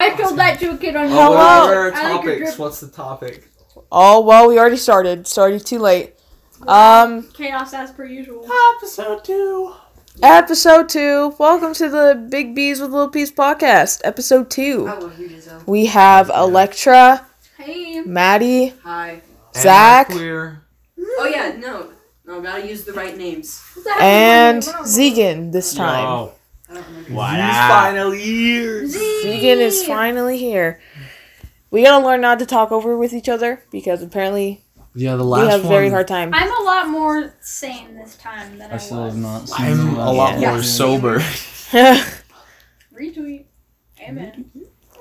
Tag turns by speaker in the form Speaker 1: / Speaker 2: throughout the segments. Speaker 1: I told that to a kid on YouTube.
Speaker 2: Oh, what are,
Speaker 3: Hello.
Speaker 2: what
Speaker 1: I
Speaker 2: are our
Speaker 1: like your
Speaker 2: topics?
Speaker 1: drip.
Speaker 2: What's the topic?
Speaker 3: Oh well, we already started. Sorry, too late. Um,
Speaker 1: Chaos as per usual.
Speaker 2: Episode two.
Speaker 3: episode two. Welcome to the Big Bees with Little Peas podcast. Episode two.
Speaker 4: I love you, Giselle.
Speaker 3: We have Electra,
Speaker 1: Hey.
Speaker 3: Maddie.
Speaker 4: Hi.
Speaker 3: Zach.
Speaker 2: Queer.
Speaker 4: Oh yeah, no, no, gotta use the right names.
Speaker 3: and Zegan this time.
Speaker 4: I don't remember.
Speaker 2: Wow. He's finally here.
Speaker 3: Vegan is finally here. We gotta learn not to talk over with each other because apparently
Speaker 5: Yeah, the
Speaker 3: we
Speaker 5: last
Speaker 3: have a
Speaker 5: one.
Speaker 3: very hard time.
Speaker 1: I'm a lot more sane this time than I,
Speaker 5: I still
Speaker 1: was.
Speaker 5: have not seen.
Speaker 2: I'm
Speaker 5: the
Speaker 2: a
Speaker 5: last
Speaker 2: lot
Speaker 5: one.
Speaker 4: Yeah.
Speaker 2: more sober.
Speaker 1: Retweet. Amen.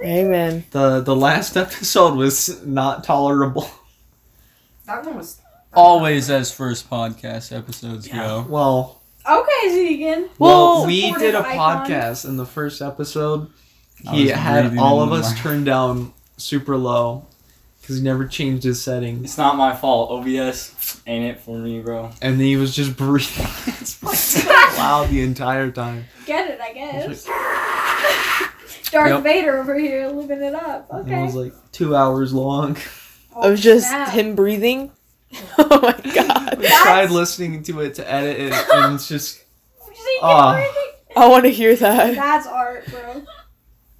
Speaker 3: Amen.
Speaker 2: The the last episode was not tolerable.
Speaker 4: That one was
Speaker 5: Always as first podcast episodes go.
Speaker 2: Well,
Speaker 1: Okay, Zegan.
Speaker 3: Well,
Speaker 2: well, we
Speaker 1: supportive
Speaker 2: did a
Speaker 1: icon.
Speaker 2: podcast in the first episode.
Speaker 5: I
Speaker 2: He
Speaker 5: was
Speaker 2: had
Speaker 5: breathing
Speaker 2: all
Speaker 5: in
Speaker 2: of
Speaker 5: the
Speaker 2: us
Speaker 5: mic.
Speaker 2: turned down super low because he never changed his settings,
Speaker 6: It's not my fault. OBS ain't it for me, bro.
Speaker 2: and then he was just breathing. it's fucking loud the entire time.
Speaker 1: Get it, I guess.
Speaker 2: It's
Speaker 1: Darth
Speaker 2: Yep.
Speaker 1: Vader over here living it up.
Speaker 2: And It was
Speaker 1: Okay.
Speaker 2: like two hours long.
Speaker 1: Oh,
Speaker 3: Of just
Speaker 1: snap.
Speaker 3: him breathing. oh my
Speaker 2: We
Speaker 3: god.
Speaker 2: tried listening to it to edit it, and it's just
Speaker 1: Zegan,
Speaker 2: Aw.
Speaker 1: where did-
Speaker 3: I want to hear that.
Speaker 1: That's art, bro.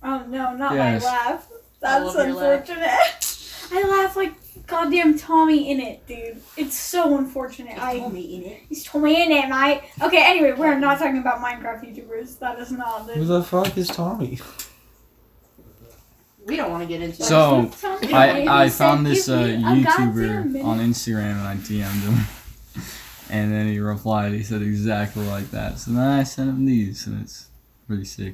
Speaker 1: Oh no, not
Speaker 5: Yes.
Speaker 1: my laugh.
Speaker 4: I
Speaker 1: That's
Speaker 4: love your laugh.
Speaker 1: unfortunate. I laugh like goddamn Tommy in it, dude. It's so unfortunate. I
Speaker 4: Tommy in it.
Speaker 1: he's Tommy in it, mate. Okay, anyway, we're not talking about Minecraft YouTubers. That is not
Speaker 2: who
Speaker 1: the
Speaker 2: the fuck is Tommy?
Speaker 4: We don't want to get into.
Speaker 5: So-
Speaker 1: Tommy,
Speaker 5: I, I
Speaker 1: he said,
Speaker 5: found this
Speaker 1: "Give
Speaker 5: uh,
Speaker 1: me a goddamn
Speaker 5: YouTuber
Speaker 1: minute."
Speaker 5: on Instagram and I DM'd him. And then he replied, he said exactly like that. So then I sent him these, and it's pretty sick.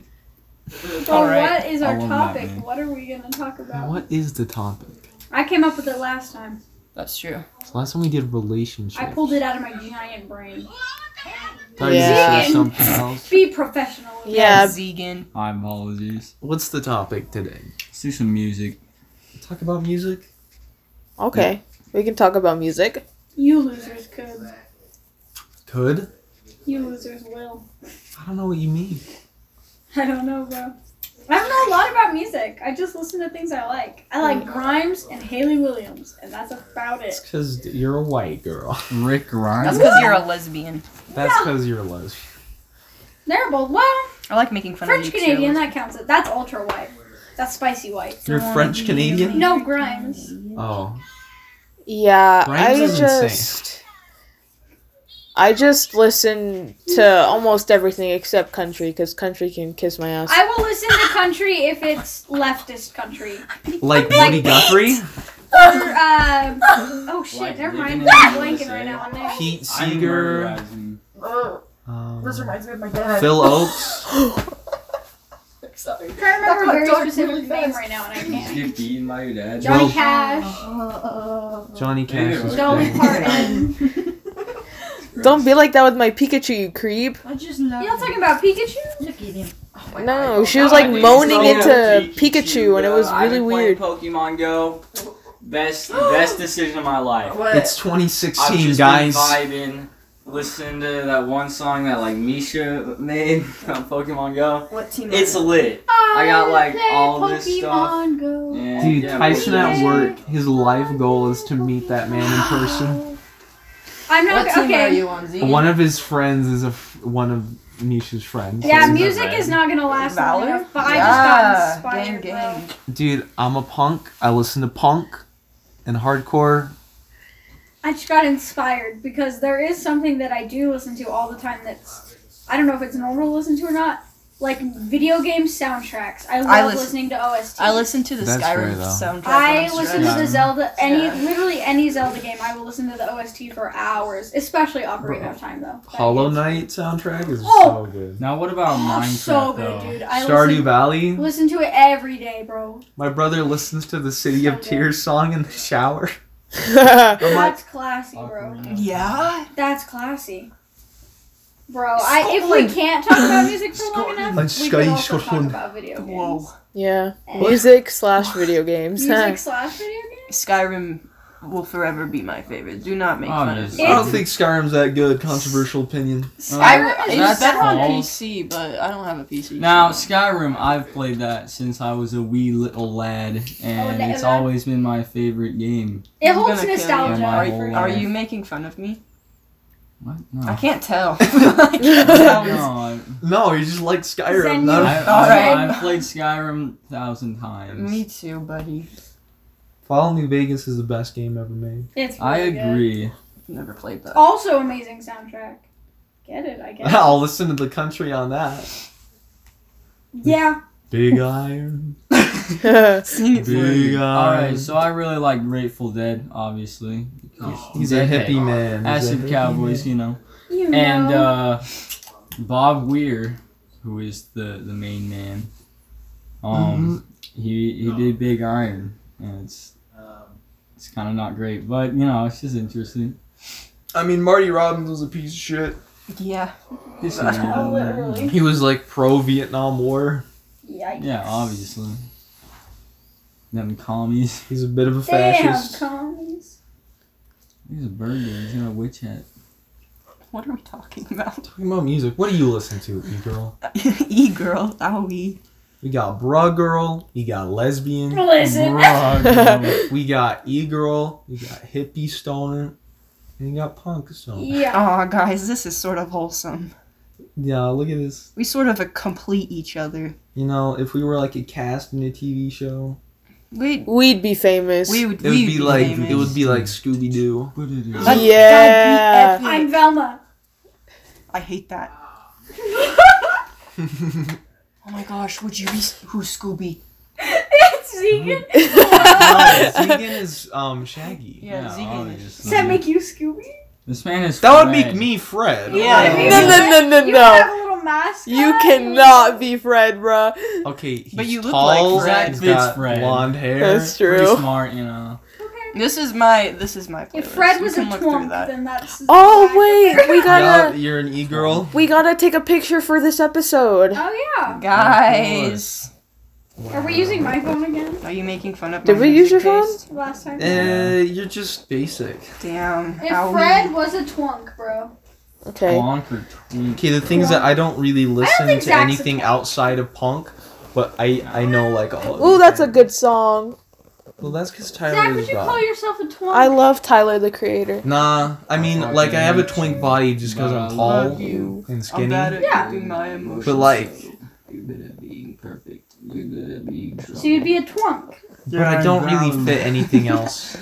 Speaker 1: So what is our
Speaker 5: I love that
Speaker 1: topic?
Speaker 5: man.
Speaker 1: What are we gonna talk about?
Speaker 2: What is the topic?
Speaker 1: I came up with it last time.
Speaker 4: That's true.
Speaker 2: So last time we did relationships.
Speaker 1: I pulled it out of my giant brain.
Speaker 2: Thought you
Speaker 3: Yeah.
Speaker 2: said something else.
Speaker 1: Be professional. okay?
Speaker 3: Yeah.
Speaker 4: Zegan.
Speaker 5: My apologies.
Speaker 2: What's the topic today?
Speaker 5: Let's do some music.
Speaker 2: Talk about music.
Speaker 3: Okay. We can talk about music.
Speaker 1: You losers could.
Speaker 2: Could
Speaker 1: You losers will.
Speaker 2: I don't know what you mean.
Speaker 1: I don't know, bro. I don't know a lot about music. I just listen to things I like. I like
Speaker 4: Mm.
Speaker 1: Grimes and Haley Williams, and that's about
Speaker 2: It's
Speaker 1: it.
Speaker 2: because you're a white girl.
Speaker 5: Rick
Speaker 4: That's
Speaker 5: Grimes.
Speaker 4: because you're a lesbian.
Speaker 2: That's
Speaker 1: Yeah.
Speaker 2: because you're lesbian.
Speaker 1: They're both well
Speaker 4: I like making fun
Speaker 1: French
Speaker 4: of you.
Speaker 1: Canadian. That counts. it. That's ultra white. That's spicy white.
Speaker 2: You're French Canadian.
Speaker 1: No Grimes.
Speaker 2: Oh,
Speaker 3: Yeah,
Speaker 2: Grimes
Speaker 3: I
Speaker 2: is
Speaker 3: just I just listen to almost everything except country because country can kiss my ass.
Speaker 1: I will listen to country if it's leftist country. Like
Speaker 2: like Woody
Speaker 1: Pete.
Speaker 2: Guthrie,
Speaker 1: Or uh, oh shit,
Speaker 5: Like
Speaker 1: never
Speaker 5: living
Speaker 1: mind.
Speaker 5: in
Speaker 1: I'm
Speaker 5: the
Speaker 1: blanking
Speaker 5: USA.
Speaker 1: right now on there.
Speaker 2: Pete
Speaker 5: I'm
Speaker 2: Seeger,
Speaker 5: memorizing.
Speaker 2: um,
Speaker 4: reminds me of my dad.
Speaker 2: Phil Oakes.
Speaker 4: Sorry.
Speaker 1: I'm trying to remember
Speaker 4: That
Speaker 1: a very
Speaker 4: got dark
Speaker 1: specific
Speaker 4: really
Speaker 1: name
Speaker 4: fast.
Speaker 1: right now, and I
Speaker 5: Did
Speaker 1: can't.
Speaker 5: you get beaten by your dad?
Speaker 1: Johnny
Speaker 2: Well-
Speaker 1: Cash,
Speaker 2: Johnny Cash. is
Speaker 1: Dolly
Speaker 2: big.
Speaker 1: Parton.
Speaker 3: Don't be like that with my Pikachu, you creep.
Speaker 4: I just love.
Speaker 1: You're not talking about Pikachu?
Speaker 4: Look at him. Oh, my
Speaker 3: No,
Speaker 4: eyeball.
Speaker 3: she was
Speaker 4: Oh,
Speaker 3: like
Speaker 4: my
Speaker 3: moaning
Speaker 4: eyeball.
Speaker 3: into Pikachu, and it
Speaker 5: uh,
Speaker 3: was really weird.
Speaker 6: Pokemon Go, best best decision of my life.
Speaker 4: What?
Speaker 2: It's
Speaker 6: I've
Speaker 2: 2016,
Speaker 6: just
Speaker 2: guys.
Speaker 6: been vibing, listening to that one song that like Misha made on Pokemon Go.
Speaker 4: what team?
Speaker 6: It's
Speaker 4: are
Speaker 6: lit. I got, like, all this stuff.
Speaker 1: Pokemon Go.
Speaker 6: Yeah,
Speaker 2: Dude,
Speaker 6: yeah,
Speaker 2: Tyson at
Speaker 1: Pokemon.
Speaker 2: work, his life goal is to meet that man in
Speaker 1: Oh.
Speaker 2: person.
Speaker 1: I'm
Speaker 4: you?
Speaker 1: not
Speaker 4: What team
Speaker 1: okay.
Speaker 4: are you on, Zegan?
Speaker 2: One of his friends is a f- one of Misha's friends.
Speaker 1: Yeah,
Speaker 2: He's a
Speaker 1: music
Speaker 2: friend.
Speaker 1: is not gonna last long
Speaker 4: Valor?
Speaker 1: enough, but
Speaker 4: yeah.
Speaker 1: I just got inspired.
Speaker 4: Gang,
Speaker 1: bro.
Speaker 4: gang.
Speaker 2: Dude, I'm a punk. I listen to punk and hardcore.
Speaker 1: I just got inspired because there is something that I do listen to all the time that's I don't know if it's normal to listen to or not. Like video game soundtracks. I love
Speaker 4: listen-
Speaker 1: listening to OST.
Speaker 4: I listened to the
Speaker 2: That's fair,
Speaker 4: Skyrim
Speaker 2: though.
Speaker 4: soundtrack.
Speaker 1: I
Speaker 4: on
Speaker 1: listen to
Speaker 4: Strata.
Speaker 1: the Zelda any
Speaker 4: Yeah.
Speaker 1: literally any Zelda game. I will listen to the OST for hours, especially Ocarina of Time though. That
Speaker 2: Hollow
Speaker 1: is-
Speaker 2: Knight soundtrack is
Speaker 1: Oh!
Speaker 2: so good.
Speaker 5: Now what about
Speaker 1: Oh,
Speaker 5: Minecraft
Speaker 1: so
Speaker 5: though?
Speaker 1: good, dude. I
Speaker 2: Stardew
Speaker 1: listen,
Speaker 2: Valley.
Speaker 1: listen to it every day, bro.
Speaker 2: My brother listens to the City
Speaker 1: So
Speaker 2: of
Speaker 1: good.
Speaker 2: Tears song in the shower. I'm like,
Speaker 1: That's classy, bro.
Speaker 5: Ocarina.
Speaker 4: Yeah.
Speaker 1: That's classy. Bro, I, if we can't talk about music for long
Speaker 2: Scotland.
Speaker 1: enough,
Speaker 2: Like
Speaker 1: we can also talk
Speaker 2: Scotland.
Speaker 1: about video games.
Speaker 4: Whoa.
Speaker 3: Yeah,
Speaker 1: Eh.
Speaker 3: music slash video games.
Speaker 1: Music slash video games?
Speaker 4: Skyrim
Speaker 7: will forever be my favorite. Do not make
Speaker 5: Obviously.
Speaker 1: I
Speaker 7: fun
Speaker 1: don't
Speaker 7: of me.
Speaker 2: think Skyrim's that good. Controversial opinion.
Speaker 7: I,
Speaker 1: Skyrim
Speaker 7: it's
Speaker 1: is
Speaker 5: That's
Speaker 7: better on
Speaker 5: cool.
Speaker 7: PC, but I don't have a PC.
Speaker 5: Now,
Speaker 7: so-
Speaker 5: Skyrim, I've played that since I was a wee little lad,
Speaker 1: Oh,
Speaker 5: and
Speaker 1: that-
Speaker 5: it's
Speaker 1: that-
Speaker 5: always been my favorite game.
Speaker 1: it
Speaker 7: I'm
Speaker 1: holds
Speaker 7: gonna kill you.
Speaker 1: nostalgia.
Speaker 5: Am
Speaker 7: Are,
Speaker 5: I- My whole
Speaker 7: are
Speaker 5: life.
Speaker 7: you making fun of me?
Speaker 5: What?
Speaker 7: I
Speaker 5: No.
Speaker 7: can't tell.
Speaker 5: no,
Speaker 2: No, you just like Skyrim.
Speaker 1: Zen
Speaker 5: I,
Speaker 2: No,
Speaker 1: you-
Speaker 5: I,
Speaker 7: Alright.
Speaker 5: I've played Skyrim a thousand times.
Speaker 7: me too, buddy.
Speaker 2: Fallout New Vegas is the best game ever made.
Speaker 1: It's
Speaker 5: I
Speaker 1: really good.
Speaker 5: agree.
Speaker 7: Never played that.
Speaker 1: Also, amazing soundtrack. Get it? I guess.
Speaker 2: I'll listen to the country on that.
Speaker 1: Yeah.
Speaker 2: Big Iron.
Speaker 7: Sing it for me.
Speaker 2: Big Iron.
Speaker 5: Alright, so I really like Grateful Dead, obviously.
Speaker 2: He's a
Speaker 5: Deadhead.
Speaker 2: hippie man. He's a
Speaker 5: Acid
Speaker 2: hippie
Speaker 5: Cowboys,
Speaker 2: man.
Speaker 5: you know.
Speaker 1: You know.
Speaker 5: And uh, Bob Weir, who is the, the main man, um,
Speaker 7: Mm-hmm.
Speaker 5: he he did Big Iron, and it's
Speaker 6: Um,
Speaker 5: it's kind of not great, but you know it's just interesting.
Speaker 2: I mean, Marty Robbins was a piece of shit.
Speaker 7: Yeah.
Speaker 5: This
Speaker 1: Oh, literally.
Speaker 2: He was like pro Vietnam War.
Speaker 1: Yikes.
Speaker 5: yeah, obviously. Them commies.
Speaker 2: He's a bit of a
Speaker 1: Damn,
Speaker 2: fascist.
Speaker 1: commies.
Speaker 5: He's a bird. dude, He's got a witch hat.
Speaker 7: What are we talking about?
Speaker 2: Talking about music, what do you listen to, e girl?
Speaker 7: e girl, owie.
Speaker 2: We got bra girl. You got lesbian.
Speaker 1: Listen.
Speaker 2: Bra girl. we got e girl. We got hippie stoner. And you got punk stoner.
Speaker 1: Yeah.
Speaker 7: Aw, guys, this is sort of wholesome.
Speaker 2: Yeah, look at this.
Speaker 7: We sort of complete each other.
Speaker 2: You know, if we were like a cast in a TV show,
Speaker 7: We
Speaker 3: We'd be famous.
Speaker 7: we would
Speaker 2: it would
Speaker 7: we'd
Speaker 2: be, like
Speaker 7: famous.
Speaker 2: it would be like Scooby Doo.
Speaker 5: What it
Speaker 2: Uh,
Speaker 7: That'd-
Speaker 5: is?
Speaker 7: that'd be
Speaker 3: Yeah.
Speaker 7: epic.
Speaker 1: I'm Velma.
Speaker 7: I hate that. Oh my gosh, would you be who's Scooby?
Speaker 1: it's Zegan.
Speaker 3: Mm-hmm.
Speaker 2: Zegan is um Shaggy.
Speaker 7: Yeah, Zegan is-
Speaker 5: obviously.
Speaker 1: Does that make you Scooby?
Speaker 5: This man is.
Speaker 2: That would make
Speaker 5: red.
Speaker 2: me Fred.
Speaker 7: Yeah, I
Speaker 3: no,
Speaker 7: mean-
Speaker 3: no, no, no,
Speaker 1: You
Speaker 3: no.
Speaker 1: have a little mask.
Speaker 3: You
Speaker 1: on.
Speaker 3: cannot be Fred, bruh.
Speaker 2: Okay, he's
Speaker 7: But you look like
Speaker 2: tall.
Speaker 5: Fred.
Speaker 2: he's
Speaker 5: Fred
Speaker 2: got
Speaker 5: fits Fred.
Speaker 2: blonde hair.
Speaker 3: That's
Speaker 5: Pretty
Speaker 3: true.
Speaker 5: smart, you know.
Speaker 1: Okay.
Speaker 7: This is my this is my playlist.
Speaker 1: If Fred
Speaker 7: You
Speaker 1: was a
Speaker 7: can look through
Speaker 1: twink,
Speaker 7: that.
Speaker 1: then that's.
Speaker 3: Oh wait, we
Speaker 2: Yeah,
Speaker 3: gotta
Speaker 2: you're an e girl.
Speaker 3: we gotta take a picture for this episode.
Speaker 1: Oh yeah.
Speaker 7: Guys,
Speaker 1: Are we using my phone again?
Speaker 7: are you making fun of
Speaker 3: Did
Speaker 7: my
Speaker 3: we use
Speaker 7: music
Speaker 3: your
Speaker 7: taste?
Speaker 1: Last time.
Speaker 2: Uh,
Speaker 3: Eh,
Speaker 2: you're just basic.
Speaker 7: Damn.
Speaker 1: If
Speaker 7: how
Speaker 1: Fred was a twunk, bro.
Speaker 3: Okay.
Speaker 5: Wonk or twink.
Speaker 2: Okay, the thing is that I don't really listen
Speaker 1: think
Speaker 2: to
Speaker 1: Zach's a
Speaker 2: anything
Speaker 1: punk.
Speaker 2: outside of punk, but I I know like all.
Speaker 7: Oh,
Speaker 2: of
Speaker 3: Ooh,
Speaker 2: it.
Speaker 3: that's a good song.
Speaker 2: Well, that's because
Speaker 1: Zach,
Speaker 2: Tyler
Speaker 1: would
Speaker 2: is
Speaker 1: you
Speaker 2: wrong.
Speaker 1: call yourself a twunk?
Speaker 3: I love Tyler the Creator.
Speaker 2: Nah, I mean,
Speaker 5: fucking
Speaker 2: like I have a
Speaker 5: hate
Speaker 2: twink
Speaker 5: you.
Speaker 2: body just because
Speaker 5: But I
Speaker 2: I'm
Speaker 7: love
Speaker 2: tall
Speaker 7: you.
Speaker 2: and
Speaker 7: I'm
Speaker 2: skinny.
Speaker 7: bad at
Speaker 1: Yeah.
Speaker 7: keeping my emotions.
Speaker 2: But like,
Speaker 6: You're good at being perfect. You're good at being
Speaker 1: So you'd be a twunk.
Speaker 2: but I don't really fit anything else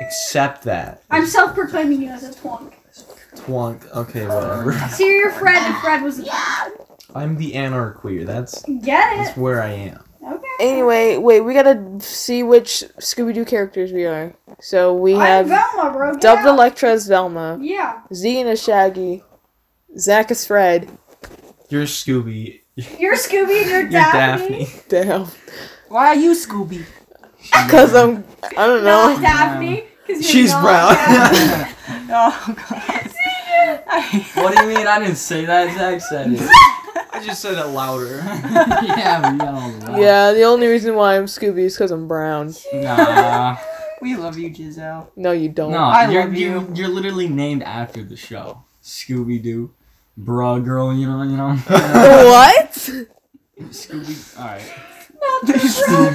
Speaker 2: except that
Speaker 1: I'm self-proclaiming you as a twunk.
Speaker 2: twunk. Okay, whatever.
Speaker 1: So you're Fred if Fred was a twunk.
Speaker 2: I'm the anarqueer. That's
Speaker 1: Get
Speaker 2: that's
Speaker 1: it?
Speaker 2: where I am.
Speaker 1: Okay.
Speaker 3: Anyway, wait, we gotta see which Scooby Doo characters we are. So we
Speaker 1: I'm
Speaker 3: have
Speaker 1: Velma, bro. Get
Speaker 3: dubbed
Speaker 1: out.
Speaker 3: Electra as Velma,
Speaker 1: Yeah.
Speaker 3: Zine as Shaggy, Zack as Fred.
Speaker 2: You're Scooby.
Speaker 1: You're Scooby and you're,
Speaker 2: You're Daphne.
Speaker 3: Damn,
Speaker 7: Why are you Scooby?
Speaker 3: cause I'm I don't
Speaker 1: Not
Speaker 3: know.
Speaker 1: Daphne. 'cause you're
Speaker 2: She's
Speaker 1: not
Speaker 2: brown.
Speaker 1: Daphne.
Speaker 7: Oh god. I-
Speaker 5: What do you mean? I didn't say that. Zach said it.
Speaker 2: I just said it louder.
Speaker 5: yeah, but you got all the
Speaker 3: Yeah, the only reason why I'm Scooby is cause I'm brown.
Speaker 5: Nah.
Speaker 7: we love you, Giselle.
Speaker 3: No, you don't.
Speaker 5: No,
Speaker 7: I
Speaker 5: you're,
Speaker 7: love
Speaker 5: you.
Speaker 7: you.
Speaker 5: are you are literally named after the show. Scooby Doo. Bra girl, you know, you know.
Speaker 3: What?
Speaker 5: Scooby. Alright.
Speaker 2: Bruh.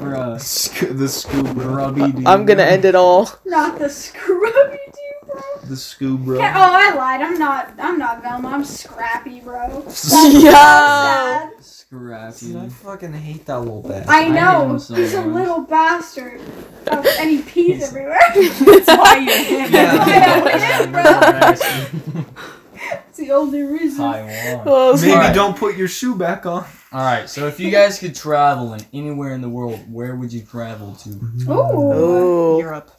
Speaker 5: Bra.
Speaker 2: Sc- the Scoobra.
Speaker 5: Grubby Doo.
Speaker 3: I'm gonna end it all.
Speaker 1: Not the Scrubby dude, bro.
Speaker 2: The
Speaker 1: Okay,
Speaker 2: Scoobra.
Speaker 1: oh, I lied. I'm not. I'm not Velma. I'm Scrappy, bro.
Speaker 3: Yo.
Speaker 5: Scrappy.
Speaker 2: Dude, I fucking hate that little bastard.
Speaker 1: I
Speaker 5: hate
Speaker 1: know.
Speaker 5: him so
Speaker 1: he's a
Speaker 5: much.
Speaker 1: little bastard. Oh, and he pees everywhere.
Speaker 7: That's why you're him.
Speaker 1: Yeah. It's the only reason.
Speaker 5: Taiwan.
Speaker 3: Oh,
Speaker 2: Maybe
Speaker 5: Alright.
Speaker 2: don't put your shoe back on.
Speaker 5: Alright, so if you guys could travel in anywhere in the world, where would you travel to?
Speaker 1: Ooh.
Speaker 3: Ooh.
Speaker 7: Europe.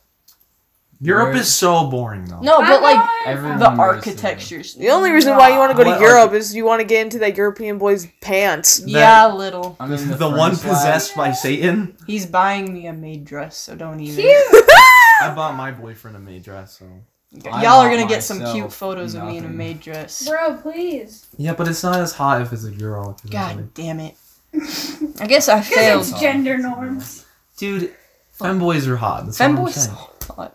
Speaker 2: Europe
Speaker 5: Where-
Speaker 2: is so boring though.
Speaker 7: No, Oh, but like
Speaker 5: Everyone
Speaker 7: the
Speaker 5: goes to
Speaker 7: architectures.
Speaker 3: The only reason why you want to go
Speaker 2: What
Speaker 3: to Europe is you want to get into that European boy's pants.
Speaker 7: Yeah, little.
Speaker 5: I
Speaker 2: The,
Speaker 5: mean,
Speaker 2: the one
Speaker 5: French flag.
Speaker 2: possessed by Satan.
Speaker 7: He's buying me a maid dress, so don't even.
Speaker 1: Cute.
Speaker 2: I bought my boyfriend a maid dress. So.
Speaker 5: I
Speaker 7: Y'all are
Speaker 5: bought
Speaker 7: gonna get some
Speaker 5: myself
Speaker 7: cute photos of me in a
Speaker 5: nothing.
Speaker 7: maid dress.
Speaker 1: Bro, please.
Speaker 2: Yeah, but it's not as hot if it's a girl. 'cause it's
Speaker 7: God
Speaker 2: like-
Speaker 7: damn it. I guess I
Speaker 1: Because
Speaker 7: failed.
Speaker 1: it's gender norms.
Speaker 2: Dude, Femboys are hot. That's all I'm
Speaker 7: Femboys
Speaker 2: saying.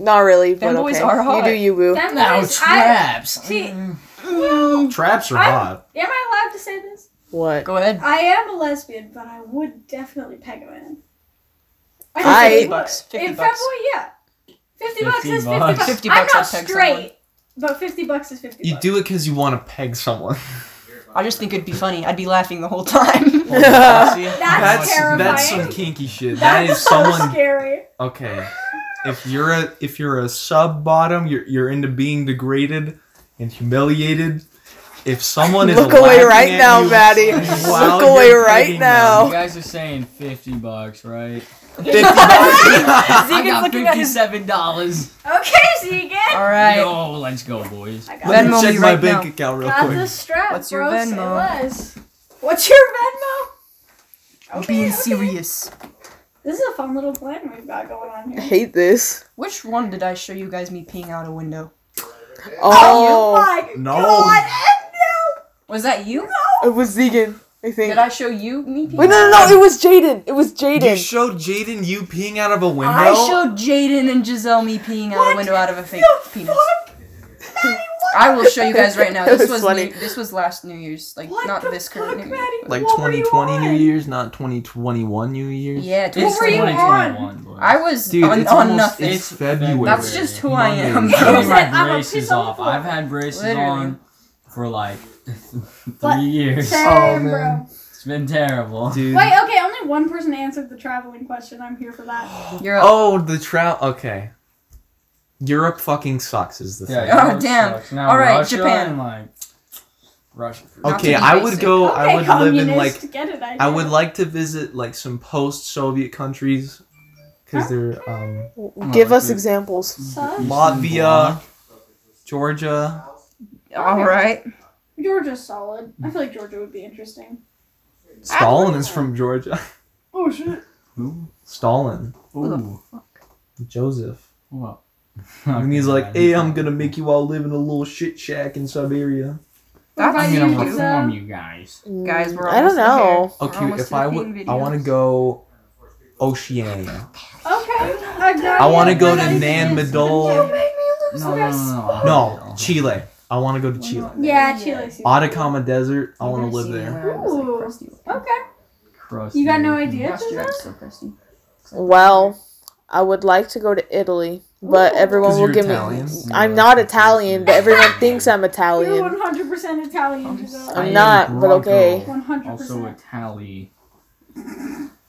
Speaker 3: Not really, but
Speaker 7: Femboys
Speaker 3: okay.
Speaker 7: are hot.
Speaker 3: You do you, boo.
Speaker 1: Femboys,
Speaker 5: Now
Speaker 1: I,
Speaker 5: traps.
Speaker 1: see,
Speaker 2: Traps are
Speaker 1: I'm-
Speaker 2: hot.
Speaker 1: am I allowed to say this?
Speaker 3: what?
Speaker 7: Go ahead.
Speaker 1: I am a lesbian, but I would definitely peg a man. I
Speaker 3: I-
Speaker 1: definitely
Speaker 7: 50 bucks,
Speaker 1: would.
Speaker 7: 50
Speaker 1: If
Speaker 7: bucks.
Speaker 1: Femboy, yeah. 50 bucks
Speaker 5: 50
Speaker 1: is 50
Speaker 5: bucks.
Speaker 1: bucks.
Speaker 7: 50
Speaker 1: I'm
Speaker 7: bucks,
Speaker 1: not
Speaker 7: I'd peg
Speaker 1: straight,
Speaker 7: someone.
Speaker 1: but 50 bucks is 50
Speaker 2: You
Speaker 1: bucks.
Speaker 2: do it because you want to peg someone.
Speaker 7: I just think it'd be funny. I'd be laughing the whole time.
Speaker 1: That's,
Speaker 2: That's
Speaker 1: terrifying.
Speaker 2: that's
Speaker 1: That's
Speaker 2: some kinky shit. That is
Speaker 1: so
Speaker 2: someone.
Speaker 1: scary.
Speaker 2: Okay, if you're a if you're a sub bottom, you're you're into being degraded and humiliated. If someone is
Speaker 3: Look away
Speaker 2: laughing
Speaker 3: right
Speaker 2: at
Speaker 3: now,
Speaker 2: you
Speaker 3: Maddie.
Speaker 2: while
Speaker 3: Look away
Speaker 2: you're
Speaker 3: right
Speaker 2: pegging
Speaker 3: now.
Speaker 5: You guys are saying fifty bucks, right?
Speaker 3: Fifty bucks.
Speaker 5: I
Speaker 3: Zegan's
Speaker 5: got
Speaker 3: looking at his.
Speaker 5: fifty-seven dollars.
Speaker 1: Okay, Zegan.
Speaker 7: All right.
Speaker 5: Yo, let's go, boys.
Speaker 1: I got
Speaker 2: Let
Speaker 7: Venmo
Speaker 2: me
Speaker 7: me
Speaker 2: check my
Speaker 7: right
Speaker 2: bank
Speaker 7: now.
Speaker 2: account real
Speaker 1: Got the
Speaker 2: quick.
Speaker 1: strap,
Speaker 7: What's your
Speaker 1: bro. say
Speaker 7: Venmo?
Speaker 1: less. What's your Venmo?
Speaker 7: I'm
Speaker 1: Okay,
Speaker 7: being
Speaker 1: okay.
Speaker 7: serious.
Speaker 1: This is a fun little plan we've got going on here.
Speaker 3: I hate this.
Speaker 7: Which one did I show you guys me peeing out a window?
Speaker 3: Oh,
Speaker 1: my
Speaker 2: No.
Speaker 1: God, and no.
Speaker 7: Was that you?
Speaker 3: it was Zegan. I think.
Speaker 7: Did I show you me peeing?
Speaker 3: Wait, no, no, no. It was Jaden. It was
Speaker 2: You
Speaker 3: Jaden.
Speaker 2: showed Jaden you peeing out of a window.
Speaker 7: I showed Jaden and Giselle me peeing out
Speaker 1: What
Speaker 7: a window out of a fake
Speaker 1: the
Speaker 7: penis.
Speaker 1: fuck?
Speaker 7: I will show you guys right now.
Speaker 3: That was
Speaker 7: This was
Speaker 3: funny.
Speaker 7: new, this was last New Year's, like
Speaker 1: What
Speaker 7: not
Speaker 1: the
Speaker 7: this
Speaker 1: fuck,
Speaker 7: current New Year.
Speaker 1: Maddie?
Speaker 2: like
Speaker 1: What were you
Speaker 2: 2020 New
Speaker 1: on?
Speaker 2: Year's, not 2021 New Year's.
Speaker 7: Yeah,
Speaker 1: What
Speaker 5: It's
Speaker 1: were you
Speaker 7: 2020.
Speaker 1: on?
Speaker 5: 2021, boys.
Speaker 7: I was
Speaker 2: Dude,
Speaker 7: on,
Speaker 2: it's
Speaker 7: on
Speaker 2: almost
Speaker 7: nothing.
Speaker 2: it's February.
Speaker 7: That's just who I am.
Speaker 2: Monday.
Speaker 5: I've
Speaker 1: He
Speaker 5: had
Speaker 1: said, "I'm a
Speaker 5: braces
Speaker 1: piece on the
Speaker 5: off.
Speaker 1: floor."
Speaker 5: I've had braces
Speaker 7: Literally.
Speaker 5: on for like
Speaker 1: But-
Speaker 5: three years.
Speaker 1: Same, bro.
Speaker 5: It's been terrible.
Speaker 2: Dude.
Speaker 1: Wait, okay, only one person answered the traveling question. I'm here for that.
Speaker 7: You're a-
Speaker 2: Oh, the trout. Okay. Europe fucking sucks is the thing.
Speaker 7: yeah. Oh,
Speaker 5: it
Speaker 7: damn.
Speaker 5: sucks. Now
Speaker 7: All right,
Speaker 5: Russia
Speaker 7: Japan.
Speaker 5: and, like Russia.
Speaker 7: Not
Speaker 2: Okay,
Speaker 7: to be
Speaker 2: I would
Speaker 7: basic.
Speaker 2: go. I
Speaker 1: Okay,
Speaker 2: would live in
Speaker 1: communist,
Speaker 2: like.
Speaker 1: Get it, I,
Speaker 2: I would
Speaker 1: guess.
Speaker 2: like to visit like some post-Soviet countries, because they're um,
Speaker 3: Give
Speaker 5: like
Speaker 3: us
Speaker 5: the-
Speaker 3: examples.
Speaker 1: Suck.
Speaker 5: Eastern
Speaker 2: Latvia,
Speaker 5: Bloc.
Speaker 2: Georgia.
Speaker 7: all right.
Speaker 1: Georgia's solid. I feel like Georgia would be interesting.
Speaker 2: Stalin is from Georgia.
Speaker 1: Oh shit.
Speaker 5: Who?
Speaker 2: Stalin,
Speaker 5: Ooh.
Speaker 2: Joseph,
Speaker 5: What?
Speaker 2: and he's
Speaker 5: Okay,
Speaker 2: like,
Speaker 5: man,
Speaker 2: "Hey,
Speaker 5: he's
Speaker 2: I'm
Speaker 7: um,
Speaker 5: not-
Speaker 2: gonna make you all live in a little shit shack in Siberia."
Speaker 1: What
Speaker 7: That's-
Speaker 1: about
Speaker 5: I'm
Speaker 1: you,
Speaker 5: gonna
Speaker 1: Lisa?
Speaker 5: reform you guys.
Speaker 7: Guys, we're
Speaker 3: I don't
Speaker 7: almost
Speaker 3: know.
Speaker 7: We're
Speaker 2: Okay,
Speaker 7: almost
Speaker 2: if
Speaker 7: to
Speaker 2: I
Speaker 7: the
Speaker 2: would,
Speaker 7: theme
Speaker 2: I want to
Speaker 7: videos.
Speaker 2: go Oceania.
Speaker 1: Okay, I've got
Speaker 2: I
Speaker 1: you.
Speaker 2: wanna go
Speaker 1: I've
Speaker 2: to
Speaker 1: got you.
Speaker 2: Nan
Speaker 1: Yes.
Speaker 2: Madol.
Speaker 1: You make me lose
Speaker 5: No, no,
Speaker 1: my
Speaker 5: no,
Speaker 2: No, Chile. I want to go to Chile.
Speaker 1: Yeah, Chile. seafood.
Speaker 2: Atacama Desert. I
Speaker 7: You're
Speaker 2: want
Speaker 7: gonna
Speaker 2: to live
Speaker 7: see me
Speaker 2: there.
Speaker 7: when I was, like,
Speaker 1: Ooh.
Speaker 7: crusty.
Speaker 1: Okay.
Speaker 5: Crusty.
Speaker 1: You got no idea,
Speaker 7: Last year I
Speaker 1: Joseph?
Speaker 7: was so crusty.
Speaker 3: Well, I would like to go to Italy, but
Speaker 1: Ooh.
Speaker 3: everyone
Speaker 2: 'Cause
Speaker 3: will
Speaker 2: you're
Speaker 3: give
Speaker 2: Italian?
Speaker 3: me. I'm not Italian, but everyone thinks I'm
Speaker 1: You're
Speaker 3: Italian.
Speaker 1: 100% Italian, Giselle.
Speaker 3: I'm
Speaker 5: I am
Speaker 3: not, but okay.
Speaker 5: Bronco,
Speaker 1: 100%.
Speaker 5: Also Italian.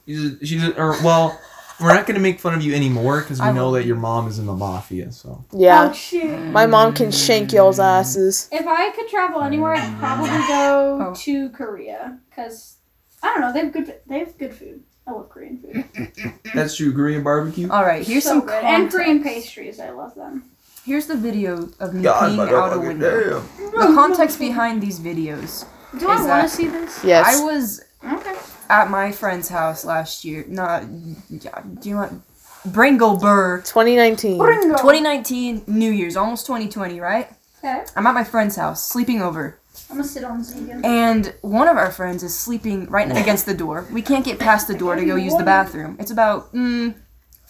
Speaker 2: She's, she's or, well, we're not gonna make fun of you anymore because we
Speaker 7: I
Speaker 2: know
Speaker 7: will.
Speaker 2: that your mom is in the mafia.
Speaker 1: Oh,
Speaker 2: So
Speaker 3: Yeah,
Speaker 1: shit.
Speaker 3: my mom can shank y'all's asses.
Speaker 1: If I could travel anywhere, I'd probably go
Speaker 7: Oh.
Speaker 1: to Korea. Because, I don't know, they have good they have good food. I love Korean food.
Speaker 2: that's true. Korean barbecue.
Speaker 7: All right, here's
Speaker 1: so
Speaker 7: some
Speaker 1: good. And Korean
Speaker 7: context.
Speaker 1: pastries, I love them.
Speaker 7: Here's the video of me
Speaker 2: God,
Speaker 7: peeing out a
Speaker 2: motherfucker,
Speaker 7: window.
Speaker 2: damn.
Speaker 7: The context behind these videos.
Speaker 1: Do I want
Speaker 7: is
Speaker 1: to
Speaker 7: that-
Speaker 1: see this?
Speaker 7: I
Speaker 3: Yes.
Speaker 7: was
Speaker 1: Okay.
Speaker 7: at my friend's house last year. Not, yeah, do you want Bringle Burr?
Speaker 3: 2019.
Speaker 7: 2019 New Year's, almost 2020, right?
Speaker 1: Okay.
Speaker 7: I'm at my friend's house, sleeping over.
Speaker 1: I'm going to sit on Zegan.
Speaker 7: And one of our friends is sleeping right against the door. We can't get past the door to go use the bathroom. It's about mm,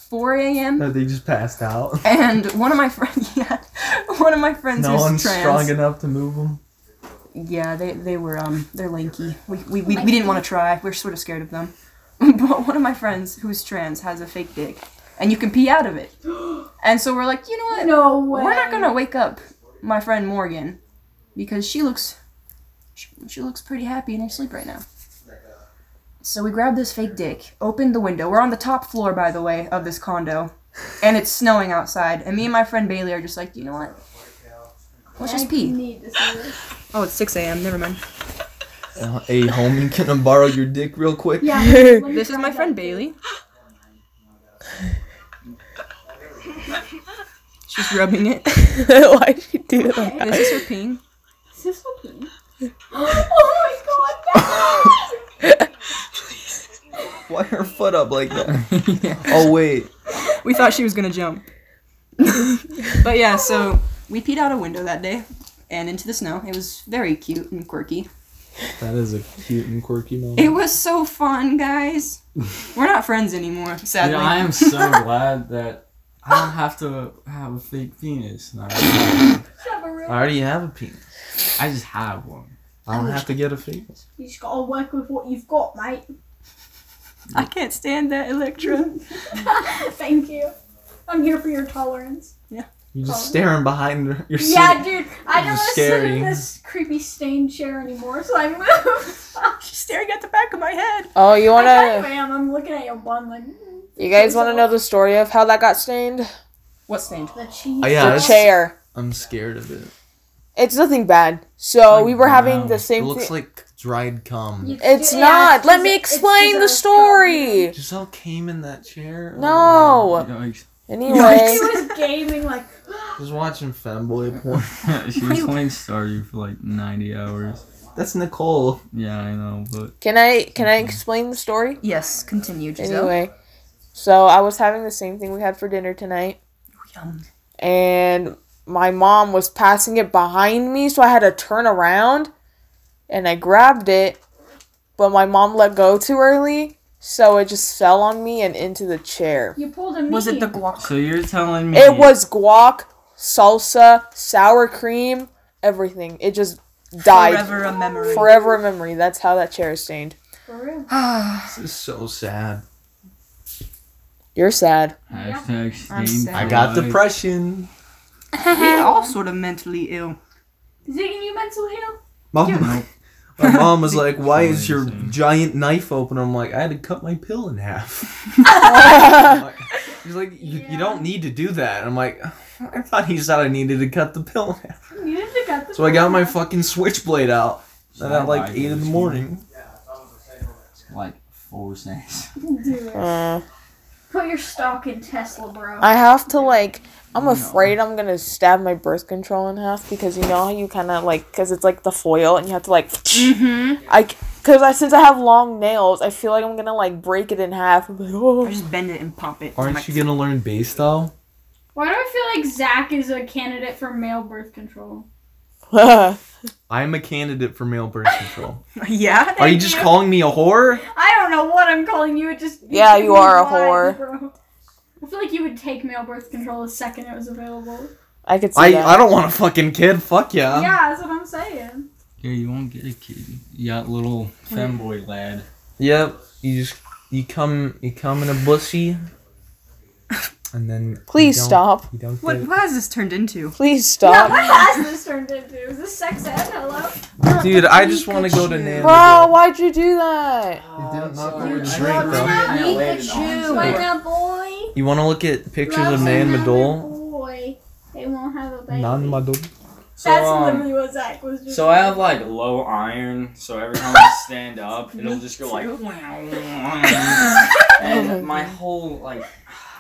Speaker 7: 4 a.m.
Speaker 2: That they just passed out.
Speaker 7: And one of my friends, yeah, one of my friends
Speaker 2: No
Speaker 7: is
Speaker 2: one's
Speaker 7: trans.
Speaker 2: strong enough to move them.
Speaker 7: Yeah, they, they were um they're lanky. We we, we, we didn't want to try. We are sort of scared of them. But one of my friends who's trans has a fake dick, and you can pee out of it. And so we're like, you know what?
Speaker 1: No way.
Speaker 7: We're not gonna wake up my friend Morgan because she looks she, she looks pretty happy in her sleep right now. So we grabbed this fake dick, opened the window. We're on the top floor, by the way, of this condo, and it's snowing outside. And me and my friend Bailey are just like, you know what? Let's just
Speaker 1: I
Speaker 7: pee.
Speaker 1: need to see this.
Speaker 7: Oh, it's 6 a.m. Never mind.
Speaker 2: Uh, hey, homie, can I borrow your dick real quick?
Speaker 1: Yeah. let me
Speaker 7: This is
Speaker 1: try
Speaker 7: my
Speaker 1: that.
Speaker 7: friend Bailey. She's rubbing it.
Speaker 3: Why'd you do that?
Speaker 7: This is her peeing.
Speaker 1: Is this open? oh my god.
Speaker 2: Why her foot up like that?
Speaker 5: yeah.
Speaker 2: Oh wait.
Speaker 7: We thought she was gonna jump. but yeah, so we peed out a window that day and into the snow. It was very cute and quirky.
Speaker 2: That is a cute and quirky moment.
Speaker 7: It was so fun, guys. We're not friends anymore, sadly.
Speaker 5: Dude, I am so glad that I don't have to have a fake penis. No, I
Speaker 1: Shove a real-
Speaker 2: I already have a penis.
Speaker 5: just have one.
Speaker 2: I don't have to get a penis.
Speaker 1: You just gotta work with what you've got, mate.
Speaker 7: I can't stand that, Electra.
Speaker 1: Thank you. I'm here for your tolerance. Oh.
Speaker 2: You're just staring behind her. You're
Speaker 1: yeah, dude. I don't want
Speaker 2: This is
Speaker 1: to sit in
Speaker 2: scary.
Speaker 1: this creepy stained chair anymore, so I moved.
Speaker 7: She's staring at the back of my head.
Speaker 3: Oh, you
Speaker 1: I kind
Speaker 3: wanna?
Speaker 1: of am. I'm looking at your bun like. mm,
Speaker 3: You guys
Speaker 1: so-
Speaker 3: wanna know the story of how that got stained?
Speaker 7: What stained?
Speaker 1: The cheese.
Speaker 2: Oh, yeah,
Speaker 3: The
Speaker 2: it's-
Speaker 3: chair.
Speaker 2: I'm scared of it.
Speaker 3: It's nothing bad. So
Speaker 5: Like
Speaker 3: we were having the
Speaker 5: brown.
Speaker 2: It
Speaker 3: same
Speaker 2: looks
Speaker 3: thing.
Speaker 2: like dried cum.
Speaker 1: You-
Speaker 3: it's
Speaker 1: yeah,
Speaker 3: not.
Speaker 1: it's
Speaker 3: Let
Speaker 1: just-
Speaker 3: me
Speaker 1: it's
Speaker 3: explain the
Speaker 1: just a-
Speaker 3: story.
Speaker 2: Giselle came in that chair. Oh.
Speaker 3: No.
Speaker 5: Yikes.
Speaker 3: Anyway,
Speaker 1: She was gaming like.
Speaker 2: Just watching fanboy porn.
Speaker 5: she was playing Stardew for like 90 hours.
Speaker 2: That's Nicole.
Speaker 5: Yeah, I know, but
Speaker 3: can I can I explain the story?
Speaker 7: Yes, continue, Giselle.
Speaker 3: Anyway, so I was having the same thing we had for dinner tonight,
Speaker 7: Yum.
Speaker 3: and my mom was passing it behind me, so I had to turn around, and I grabbed it, but my mom let go too early, so it just fell on me and into the chair.
Speaker 1: You pulled a.
Speaker 7: Was it the
Speaker 1: meme.
Speaker 7: guac?
Speaker 5: so you're telling me
Speaker 3: It
Speaker 2: Mm.
Speaker 3: was guac, salsa, sour cream, everything. It just died.
Speaker 7: Forever a memory.
Speaker 3: Forever a memory. That's how that chair is stained.
Speaker 1: For real.
Speaker 7: Ah,
Speaker 2: This is so sad.
Speaker 3: You're sad.
Speaker 5: hashtag stained.
Speaker 7: I'm sad.
Speaker 2: I got
Speaker 5: for life.
Speaker 2: depression.
Speaker 7: we all sort of mentally ill.
Speaker 1: Zig and you mental heal?
Speaker 2: Mom,
Speaker 5: Nope.
Speaker 2: my mom was like, "Why is your
Speaker 5: Amazing.
Speaker 2: giant knife open?" I'm like, "I had to cut my pill in half." He's like, "You, you don't need to do that." I'm like, "I thought he said I needed to cut the pill in half."
Speaker 1: You need to cut the.
Speaker 2: So I got my fucking switchblade out and at like
Speaker 5: Sorry,
Speaker 2: eight in the
Speaker 5: guys.
Speaker 2: morning.
Speaker 5: Like four cents.
Speaker 1: Do it.
Speaker 3: Uh,
Speaker 1: Put your stock in Tesla, bro.
Speaker 3: I have to like. I'm afraid I'm gonna stab my birth control in half because you know how you kind of like because it's like the foil and you have to like.
Speaker 7: Mm-hmm.
Speaker 3: I because I since I have long nails, I feel like I'm gonna like break it in half. I'm like,
Speaker 7: I
Speaker 3: oh.
Speaker 7: just bend it and pop it.
Speaker 2: Aren't
Speaker 7: Like-
Speaker 2: you gonna learn bass though?
Speaker 1: Why do I feel like Zach is a candidate for male birth control?
Speaker 2: I'm a candidate for male birth control.
Speaker 7: yeah.
Speaker 2: Are you
Speaker 7: thank
Speaker 2: just calling me a whore?
Speaker 1: I don't know what I'm calling you. It just
Speaker 3: Yeah, you are a
Speaker 1: Why,
Speaker 3: whore.
Speaker 1: bro? I feel like you would take male birth control the second it was available.
Speaker 3: I could see
Speaker 2: I,
Speaker 3: that.
Speaker 2: I don't want a fucking kid. Fuck yeah.
Speaker 1: yeah, that's what I'm saying.
Speaker 5: Yeah, you won't get a kid. You got little femboy lad.
Speaker 2: Yep. You just you come you come in a bussy, and then you
Speaker 3: Please
Speaker 2: don't-
Speaker 3: stop.
Speaker 2: You don't
Speaker 7: What,
Speaker 2: get-
Speaker 7: what has this turned into?
Speaker 3: Please
Speaker 1: Yeah,
Speaker 3: stop.
Speaker 1: what has this turned into? Is this sex ed? Hello?
Speaker 2: Dude, I just want to go to Nana.
Speaker 3: Bro, why'd you do that?
Speaker 1: Oh, You
Speaker 2: drink,
Speaker 1: dropped
Speaker 2: though.
Speaker 1: it out.
Speaker 6: Yeah,
Speaker 1: Eat
Speaker 6: later
Speaker 1: the
Speaker 6: on.
Speaker 1: chew. Why not, boy?
Speaker 2: You want to look at pictures of
Speaker 1: Love
Speaker 2: Nan
Speaker 1: another
Speaker 2: Madol?
Speaker 1: Boy, they won't have a baby.
Speaker 2: Nan Madol.
Speaker 6: So,
Speaker 1: That's
Speaker 6: um,
Speaker 1: literally what Zach was just.
Speaker 6: so I have like low iron, so every time I stand up, it'll just go like. and my whole like.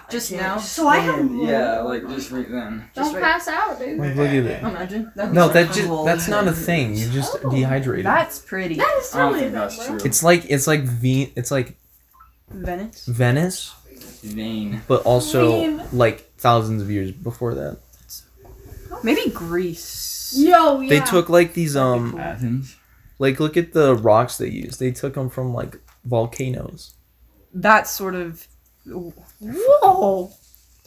Speaker 6: I
Speaker 7: Just
Speaker 6: can't
Speaker 7: now?
Speaker 1: So I have
Speaker 6: stand-
Speaker 1: low
Speaker 6: Yeah, like just right then.
Speaker 1: Don't
Speaker 7: right-
Speaker 1: pass out, dude.
Speaker 2: Like, look at it.
Speaker 7: Imagine.
Speaker 2: No, that just that's not a thing. You're just dehydrated.
Speaker 7: That's pretty.
Speaker 1: That is
Speaker 6: I don't
Speaker 1: totally a
Speaker 6: think
Speaker 1: thing,
Speaker 6: that's
Speaker 1: bro.
Speaker 6: true.
Speaker 2: It's like it's like Ve- it's like
Speaker 7: Venice.
Speaker 2: Venice,
Speaker 5: Vain.
Speaker 2: but also
Speaker 1: Vein.
Speaker 2: like thousands of years before that.
Speaker 7: Maybe Greece.
Speaker 1: Yo, yeah.
Speaker 2: They took like these um
Speaker 5: Athens.
Speaker 2: like look at the rocks they used. They took them from like volcanoes.
Speaker 7: That sort of. Whoa!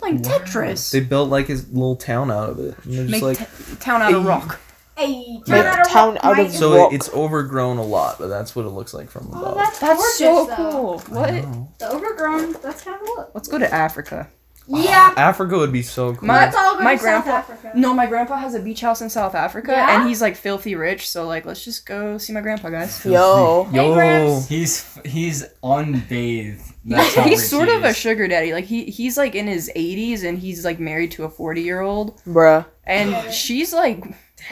Speaker 7: Like Tetris.
Speaker 2: They built like a little town out of it. And they're just
Speaker 7: Make
Speaker 2: like
Speaker 7: t- town out of
Speaker 2: Hey.
Speaker 7: rock.
Speaker 1: Hey,
Speaker 2: Yeah.
Speaker 1: out of
Speaker 3: Town out of-
Speaker 1: Mike.
Speaker 2: So
Speaker 3: Rock.
Speaker 2: it, it's overgrown a lot, but that's what it looks like from
Speaker 1: Oh,
Speaker 2: above.
Speaker 1: that's, gorgeous, though.
Speaker 7: What?
Speaker 1: The overgrown, that's kind of
Speaker 2: Oh.
Speaker 1: look.
Speaker 7: Let's go to Africa.
Speaker 1: Yeah.
Speaker 2: Africa would be so cool.
Speaker 7: My-
Speaker 1: Let's all go
Speaker 7: my
Speaker 1: to South
Speaker 7: grandpa-
Speaker 1: Africa.
Speaker 7: No, my grandpa has a beach house in South Africa,
Speaker 1: Yeah?
Speaker 7: and he's like filthy rich. So like, let's just go see my grandpa, guys.
Speaker 3: Yo.
Speaker 1: Hey, Gramps.
Speaker 5: He's he's unbathed. That's how
Speaker 7: he's
Speaker 5: rich
Speaker 7: sort
Speaker 5: he
Speaker 7: of a
Speaker 5: is.
Speaker 7: sugar daddy. Like he he's like in his 80s, and he's like married to a 40 year old,
Speaker 3: Bruh.
Speaker 7: and
Speaker 1: Yeah.
Speaker 7: she's like,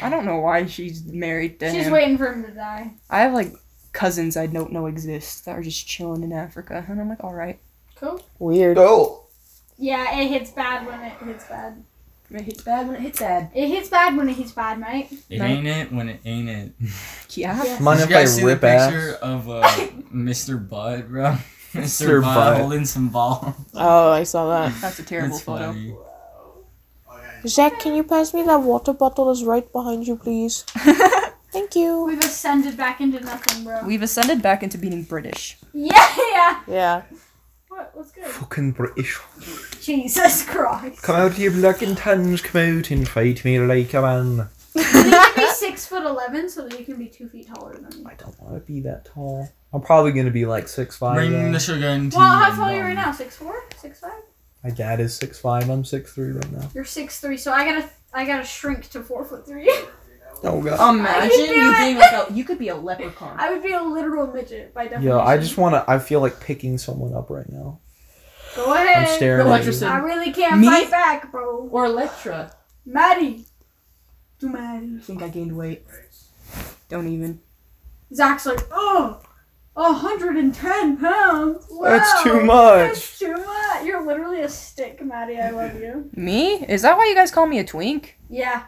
Speaker 7: I don't know why she's married to
Speaker 1: She's
Speaker 7: him.
Speaker 1: waiting for him to die.
Speaker 7: I have like cousins I don't know exist that are just chilling in Africa, and I'm like, all right,
Speaker 1: Cool.
Speaker 3: Weird.
Speaker 2: Go.
Speaker 1: Yeah, it hits bad when it hits bad.
Speaker 7: it hits bad when it hits bad.
Speaker 1: It hits bad when it hits bad, mate.
Speaker 5: It ain't it when it ain't it.
Speaker 7: Yeah.
Speaker 1: Yeah.
Speaker 2: Mind
Speaker 5: Did
Speaker 2: if
Speaker 5: you guys
Speaker 2: I
Speaker 5: see the
Speaker 2: rip
Speaker 5: picture
Speaker 2: ass?
Speaker 5: of uh, Mr. Butt, bro?
Speaker 2: Mr.
Speaker 5: Mr.
Speaker 2: Butt.
Speaker 5: Butt holding some balls.
Speaker 3: Oh, I saw that.
Speaker 7: That's a terrible
Speaker 5: That's
Speaker 7: photo.
Speaker 5: funny.
Speaker 3: Zach, can you pass me that water bottle? Is right behind you, please. Thank you.
Speaker 1: We've ascended back into nothing, bro.
Speaker 7: We've ascended back into being British.
Speaker 1: yeah, yeah.
Speaker 3: Yeah.
Speaker 1: What, what's good?
Speaker 2: Fucking British.
Speaker 1: Jesus Christ.
Speaker 2: Come out here, black and tans. Come out and fight me like a man.
Speaker 1: You need to be six foot eleven so that you can be two feet taller than me.
Speaker 2: I don't want to be that tall. I'm probably gonna be like six five.
Speaker 5: Bring the sugar and tea.
Speaker 1: Well, how
Speaker 5: and
Speaker 1: tall are you
Speaker 5: rum.
Speaker 1: right now? Six four? Six five?
Speaker 2: My dad is six five. I'm six three right now.
Speaker 1: You're six three, so I gotta I gotta shrink to four foot three.
Speaker 2: Oh god.
Speaker 1: I can
Speaker 7: Imagine
Speaker 1: do
Speaker 7: you
Speaker 1: it.
Speaker 7: being like a, you could be a leprechaun.
Speaker 1: I would be a literal midget by
Speaker 5: Um,
Speaker 1: definition.
Speaker 2: Yo, I just wanna. I feel like picking someone up right now.
Speaker 1: go ahead.
Speaker 2: I'm staring at you.
Speaker 7: Electricity.
Speaker 1: I really can't
Speaker 7: Me?
Speaker 1: fight back, bro.
Speaker 7: Or Electra.
Speaker 1: Maddie. Do Maddie.
Speaker 7: I think I gained weight. Don't even.
Speaker 1: Zach's like, oh, 110 pounds. Wow,
Speaker 2: That's too much."
Speaker 1: That's too much. You're literally a stick, Maddie. I love you.
Speaker 7: Me? Is that why you guys call me a twink?
Speaker 1: Yeah.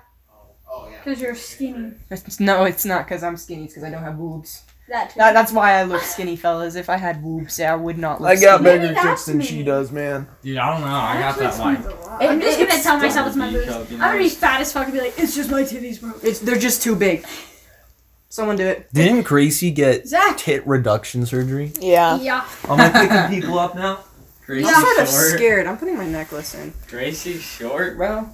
Speaker 1: Because you're skinny.
Speaker 7: It's- No, it's not because I'm skinny. It's because I don't have boobs.
Speaker 1: That too.
Speaker 7: That, that's why I look skinny, fellas. If I had boobs, I would not look skinny.
Speaker 1: Maybe bigger that's tits than me. she does,
Speaker 2: man.
Speaker 5: Dude, I don't know. I got
Speaker 1: Actually,
Speaker 5: that like.
Speaker 1: explains a lot.
Speaker 7: It-
Speaker 1: I'm just gonna
Speaker 7: it's
Speaker 1: tell myself it's my
Speaker 5: double
Speaker 1: boobs.
Speaker 5: D cup, you
Speaker 1: I'm gonna be
Speaker 5: know.
Speaker 1: fat as fuck and be like, it's just my titties, bro.
Speaker 7: It's they're just too big. Someone do it.
Speaker 2: Didn't Gracie get
Speaker 1: Zach.
Speaker 2: tit reduction surgery?
Speaker 3: Yeah.
Speaker 1: Yeah.
Speaker 2: Am I picking people up now?
Speaker 5: Gracie
Speaker 1: I'm
Speaker 7: kind of
Speaker 5: short.
Speaker 7: scared. I'm putting my necklace in.
Speaker 5: Gracie short, bro.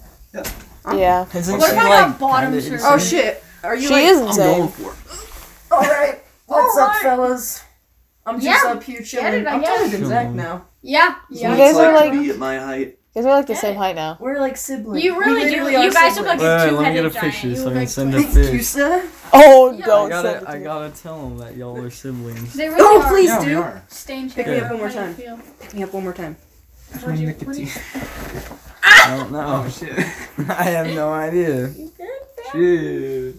Speaker 3: Yeah.
Speaker 5: Isn't
Speaker 1: What
Speaker 5: she
Speaker 1: if I
Speaker 5: like?
Speaker 1: got bottom
Speaker 5: kinda
Speaker 1: surgery?
Speaker 5: Oh,
Speaker 7: shit. Are
Speaker 3: She is
Speaker 2: going
Speaker 3: insane.
Speaker 2: for it.
Speaker 7: Alright. What's
Speaker 1: All
Speaker 7: up,
Speaker 1: right.
Speaker 7: fellas? I'm just
Speaker 1: Yeah,
Speaker 7: up here
Speaker 1: get
Speaker 7: chilling.
Speaker 1: it, I
Speaker 7: I'm taller than
Speaker 5: guess.
Speaker 7: Zach now.
Speaker 1: Yeah. Yeah.
Speaker 3: You guys
Speaker 1: are
Speaker 3: are like you
Speaker 2: at my height.
Speaker 3: guys are like the same height now.
Speaker 7: We're like siblings.
Speaker 1: You
Speaker 7: We
Speaker 1: really do.
Speaker 7: literally
Speaker 1: You
Speaker 7: are
Speaker 1: guys look
Speaker 7: siblings.
Speaker 1: like-
Speaker 5: Wait, let me get a
Speaker 1: two-headed giant.
Speaker 5: picture
Speaker 1: You
Speaker 5: so I
Speaker 1: look
Speaker 5: can
Speaker 1: like
Speaker 5: send a
Speaker 1: twins.
Speaker 7: Thank you,
Speaker 5: fish.
Speaker 7: sir.
Speaker 3: Oh,
Speaker 1: Yeah.
Speaker 5: I
Speaker 3: don't send
Speaker 5: gotta,
Speaker 3: it
Speaker 5: I
Speaker 3: to me.
Speaker 5: gotta tell them that y'all are siblings.
Speaker 1: They really
Speaker 7: Oh,
Speaker 1: are.
Speaker 7: please
Speaker 5: Yeah, we
Speaker 7: do.
Speaker 5: are.
Speaker 1: Stain
Speaker 7: Pick me
Speaker 1: cherry.
Speaker 7: up one more
Speaker 1: How do you
Speaker 7: time.
Speaker 1: feel?
Speaker 7: Pick me up one more time.
Speaker 1: What do you- what do you-
Speaker 5: I don't know. shit. I have no idea. Shit.